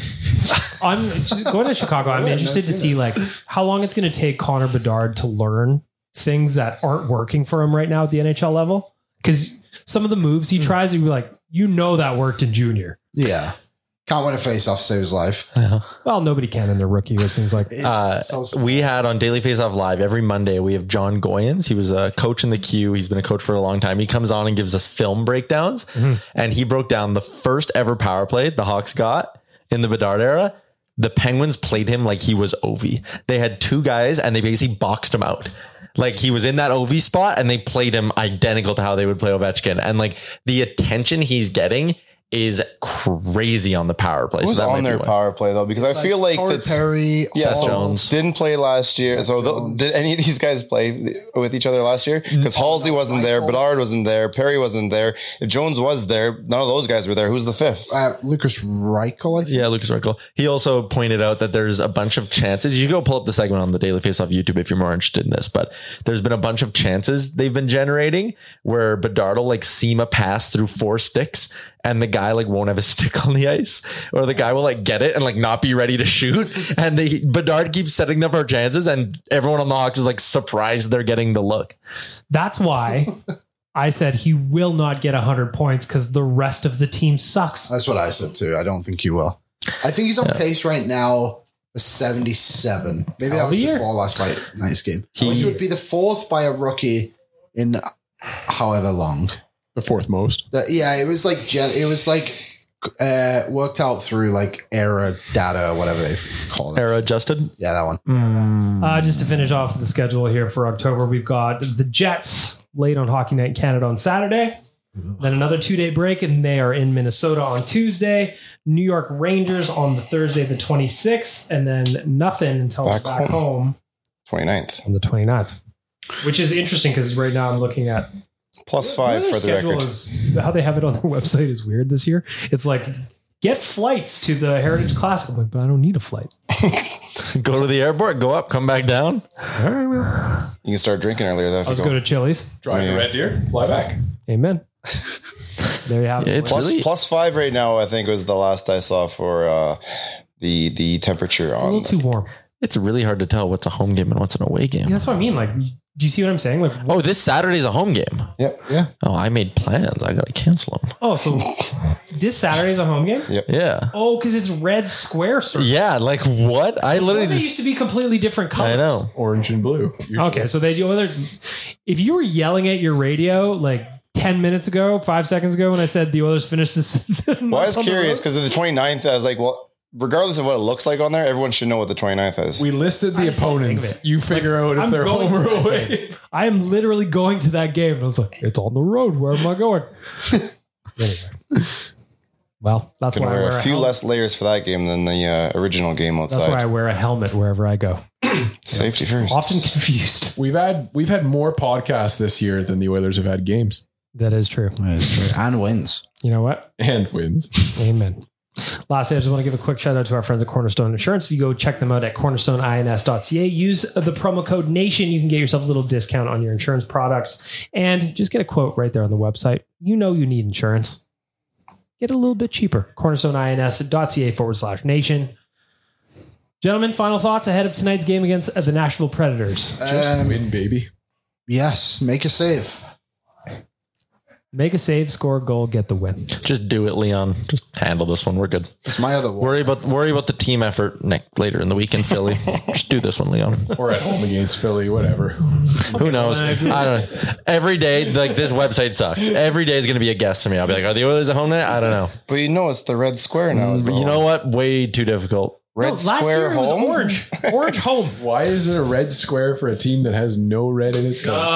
I'm just going to Chicago. I'm
Yeah,
interested
no,
to
seen
see like how long it's going to take Connor Bedard to learn things that aren't working for him right now at the NHL level. Because some of the moves he
Hmm.
tries, you'd be like, you know, that worked in junior.
Yeah, can't win a face off save his life.
Well, nobody can in their rookie. It seems like
It's
Uh,
so sad.
we had on Daily Face Off Live every Monday, we have John Goyens. He was a coach in the queue. He's been a coach for a long time. He comes on and gives us film breakdowns. And he broke down the first ever power play the Hawks got in the Bedard era. The Penguins played him like he was Ovi. They had two guys and they basically boxed him out. Like he was in that OV spot and they played him identical to how they would play Ovechkin. And like the attention he's getting is crazy on the power play.
Who's
that might
on
be
their
one.
power play though? Because I feel like
Corey
that's
Perry.
Yeah,
Seth
so
Jones.
didn't play last year. so th- did any of these guys play with each other last year? Because Halsey wasn't there, Bedard wasn't there, Perry wasn't there. If Jones was there, none of those guys were there. Who's the fifth?
Uh, Lucas Reichel, I think.
Yeah, Lucas Reichel. He also pointed out that there's a bunch of chances. You go pull up the segment on the Daily Face Off YouTube if you're more interested in this, but there's been a bunch of chances they've been generating where Bedard will like seam a pass through four sticks and the guy like won't have a stick on the ice or the guy will like get it and like not be ready to shoot. And they, Bedard keeps setting up our chances and everyone on the Hawks is like surprised they're getting the look.
that's why I said he will not get hundred points because the rest of the team sucks.
That's what I said too. I don't think he will. I think he's on pace right now for 77. Maybe
Hell
that
of
was
a year.
before last fight, night's game.
He-
which would be the fourth by a rookie in however long.
The fourth most.
That, yeah, it was like gen- it was like uh, worked out through like era data or whatever they call it.
Arrow adjusted.
Yeah, that one.
Uh, just to finish off the schedule here for October, we've got the Jets late on Hockey Night in Canada on Saturday. Then another two day break, and they are in Minnesota on Tuesday. New York Rangers on the Thursday, the 26th, and then nothing until back,
Back
back home.
home.
home
29th.
on the 29th, which is interesting because right now I'm looking at
Plus five
Their
for the
schedule
record.
Is, how they have it on their website is weird this year. It's like get flights to the Heritage Classic. I'm like, but I don't need a flight.
Go to the airport, go up, come back down.
All right, well,
you can start drinking earlier. Though, if
I'll
you
just
go.
go to Chili's.
Drive
Yeah.
to Red Deer, fly back.
Amen. There you have
Yeah,
it.
it's-
Plus-
Really?
plus five right now, I think was the last I saw for uh, the the temperature
It's a little
on.
too warm.
It's really hard to tell what's a home game and what's an away
Yeah,
game.
that's what I mean. Like, do you see what I'm saying? Like,
Oh, this Saturday's a home game.
Yep. Yeah.
Oh, I made plans. I gotta cancel them.
oh, so this Saturday's a home game.
Yeah.
Oh, because it's red square circle.
Yeah, like what? I
Well,
literally
they
just
used to be completely different colors.
I know.
Orange and blue.
Okay, so they do other. If you were yelling at your radio like ten minutes ago, five seconds ago, when I said the Oilers finished this,
Well, I was curious because of the 29th, I was like, well, regardless of what it looks like on there, everyone should know what the 29th is.
We listed the opponents. You figure out if
I'm
they're
going
home or
to that
away.
game. I am literally going to that game, and I was like, "It's on the road. Where am I going?" anyway, well, that's
Gonna
why I wear
wear
a
a few
helmet.
less layers for that game than the uh, original game
That's why I
outside.
wear a helmet wherever I go.
Safety first.
Often confused.
We've had we've had more podcasts this year than the Oilers have had games
That is true.
And wins.
You know what?
and wins.
Amen. Lastly, I just want to give a quick shout out to our friends at Cornerstone Insurance. If you go check them out at cornerstoneins.ca, use the promo code NATION. You can get yourself a little discount on your insurance products and just get a quote right there on the website. You know you need insurance. Get a little bit cheaper. Cornerstoneins.ca forward slash nation. Gentlemen, final thoughts ahead of tonight's game against the Nashville Predators.
Just
Um,
win, baby.
Yes, make a save.
Make a save, score a goal, get the win.
Just do it, Leon. Just handle this one. We're good.
It's my other one.
Worry about worry about the team effort next later in the week in Philly. Just do this one, Leon.
Or at home against Philly, whatever.
Who knows? I don't know. Every day, like this website sucks. Every day is going to be a guess for me. I'll be like, are the Oilers at home now? I don't know.
But you know, it's the red square now.
Mm,
is the
you know what? Way too difficult.
Red square home.
orange home.
Why is it a red square for a team that has no red in its colors?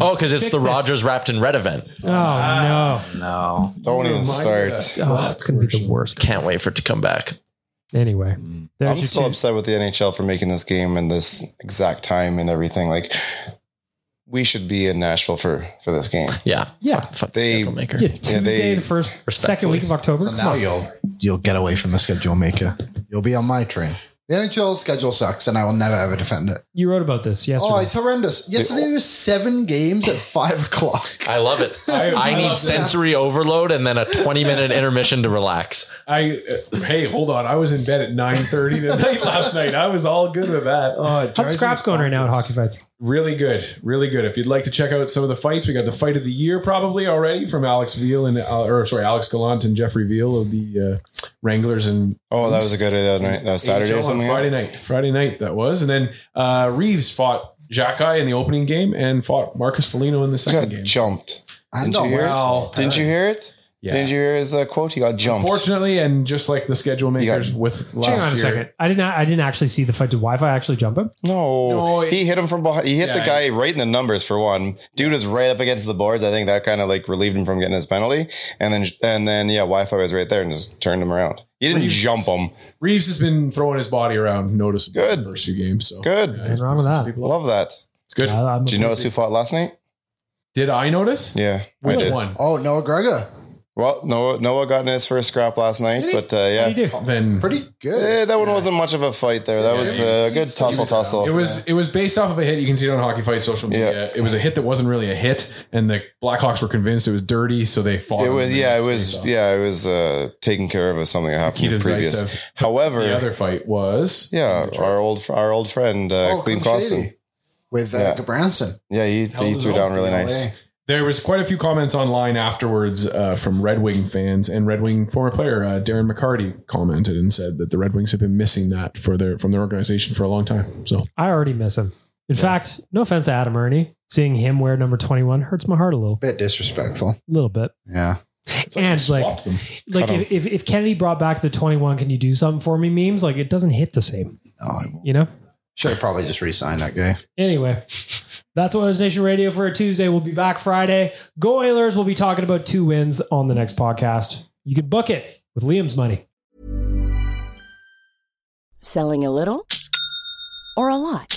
oh, because it's the Rogers wrapped in red event.
Oh, no.
No.
Don't even start.
Oh, it's going to be the worst.
Can't wait for it to come back.
Anyway, there's
I'm
your
still
two-
upset with the NHL for making this game and this exact time and everything. Like, we should be in Nashville for for this game.
Yeah.
Yeah.
Fuck the
They-
schedule maker.
Yeah,
Yeah,
Tuesday,
they-
the first, second week of October.
So now you'll you'll get away from the schedule maker. You'll be on my train. The NHL schedule sucks, and I will never ever defend it.
you wrote about this yesterday.
Oh, it's horrendous. Yesterday was seven games at five o'clock.
I love it. I, need sensory overload and then a 20 minute intermission to relax.
I uh, hey, hold on. I was in bed at 9:30 tonight last night. I was all good with that.
Oh, it
How's
drives me
scraps going right now at hockey fights?
Really good. Really good. If you'd like to check out some of the fights, we got the fight of the year probably already from Alex Veal and uh, or sorry, Alex Gallant and Jeffrey Veal of the uh, Wranglers and
Oh, that was a good idea. that night. That was Saturday or
NHL on
something.
Friday night. Friday night that was. And then uh, Reeves fought Jacki in the opening game and fought Marcus Foligno in the
He
second
got
game.
jumped.
I
Didn't
know,
you hear
wow.
it? Didn't you hear it?
Yeah.
Didn't you hear his uh, quote? He got jumped.
Fortunately, and just like the schedule makers with last
Hang on a
year,
second. I didn't. I didn't actually see the fight. Did Wi-Fi actually jump him?
No,
No, it-
he hit him from behind. He hit
Yeah,
the guy right in the numbers for one. Dude is right up against the boards. I think that kind of like relieved him from getting his penalty. And then, and then, yeah, Wi-Fi was right there and just turned him around. He didn't
Reeves.
jump him.
Reeves has been throwing his body around noticeably
Good.
the first few games. So
Good.
Nothing wrong with that.
People-
Love that.
It's good.
I- I'm-
Do you notice who fought last night?
Did I notice?
Yeah, I
Which
did.
one?
Oh, Noah Gregor,
Well, Noah Noah got in his first scrap last night, but uh, yeah,
What do you do?
Then
pretty good.
Eh, that one wasn't much of a fight there. That was a good tussle tussle.
it was it was based off of a hit. You can see it on Hockey Fight social media. It was a hit that wasn't really a hit, and the Blackhawks were convinced it was dirty, so they fought.
It
him
was
in the
yeah, it
next
was
face-off.
yeah, it was uh, taken care of as something that happened in
Nikita
the previous.
Zaitsev.
However,
The other fight was
yeah, our old our old friend uh,
Oh,
Clean
Clem
Costin.
Shady with uh,
Yeah.
Gabranson.
Yeah, he, he
his
threw
own
down really
LA.
nice.
There was quite a few comments online afterwards uh, from Red Wing fans and Red Wing former player uh, Darren McCarty commented and said that the Red Wings have been missing that for their from their organization for a long time. So
I already miss him. In fact, no offense to Adam Ernie, seeing him wear number 21 hurts my heart a little,
Bit disrespectful.
little bit.
Yeah.
and like,
swapped them.
like if, if, if Kennedy brought back the 21, can you do something for me memes? Like it doesn't hit the same,
Oh, I
you know?
should have probably just re-signed that guy.
Anyway, that's Oilers Nation Radio for a Tuesday. We'll be back Friday. Go Oilers. We'll be talking about two wins on the next podcast. You can book it with Liam's money.
Selling a little or a lot?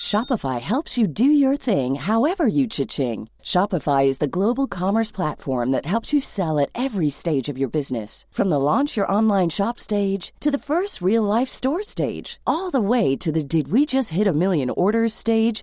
Shopify helps you do your thing however you cha-ching. Shopify is the global commerce platform that helps you sell at every stage of your business. From the launch your online shop stage to the first real life store stage, all the way to the did we just hit a million orders stage.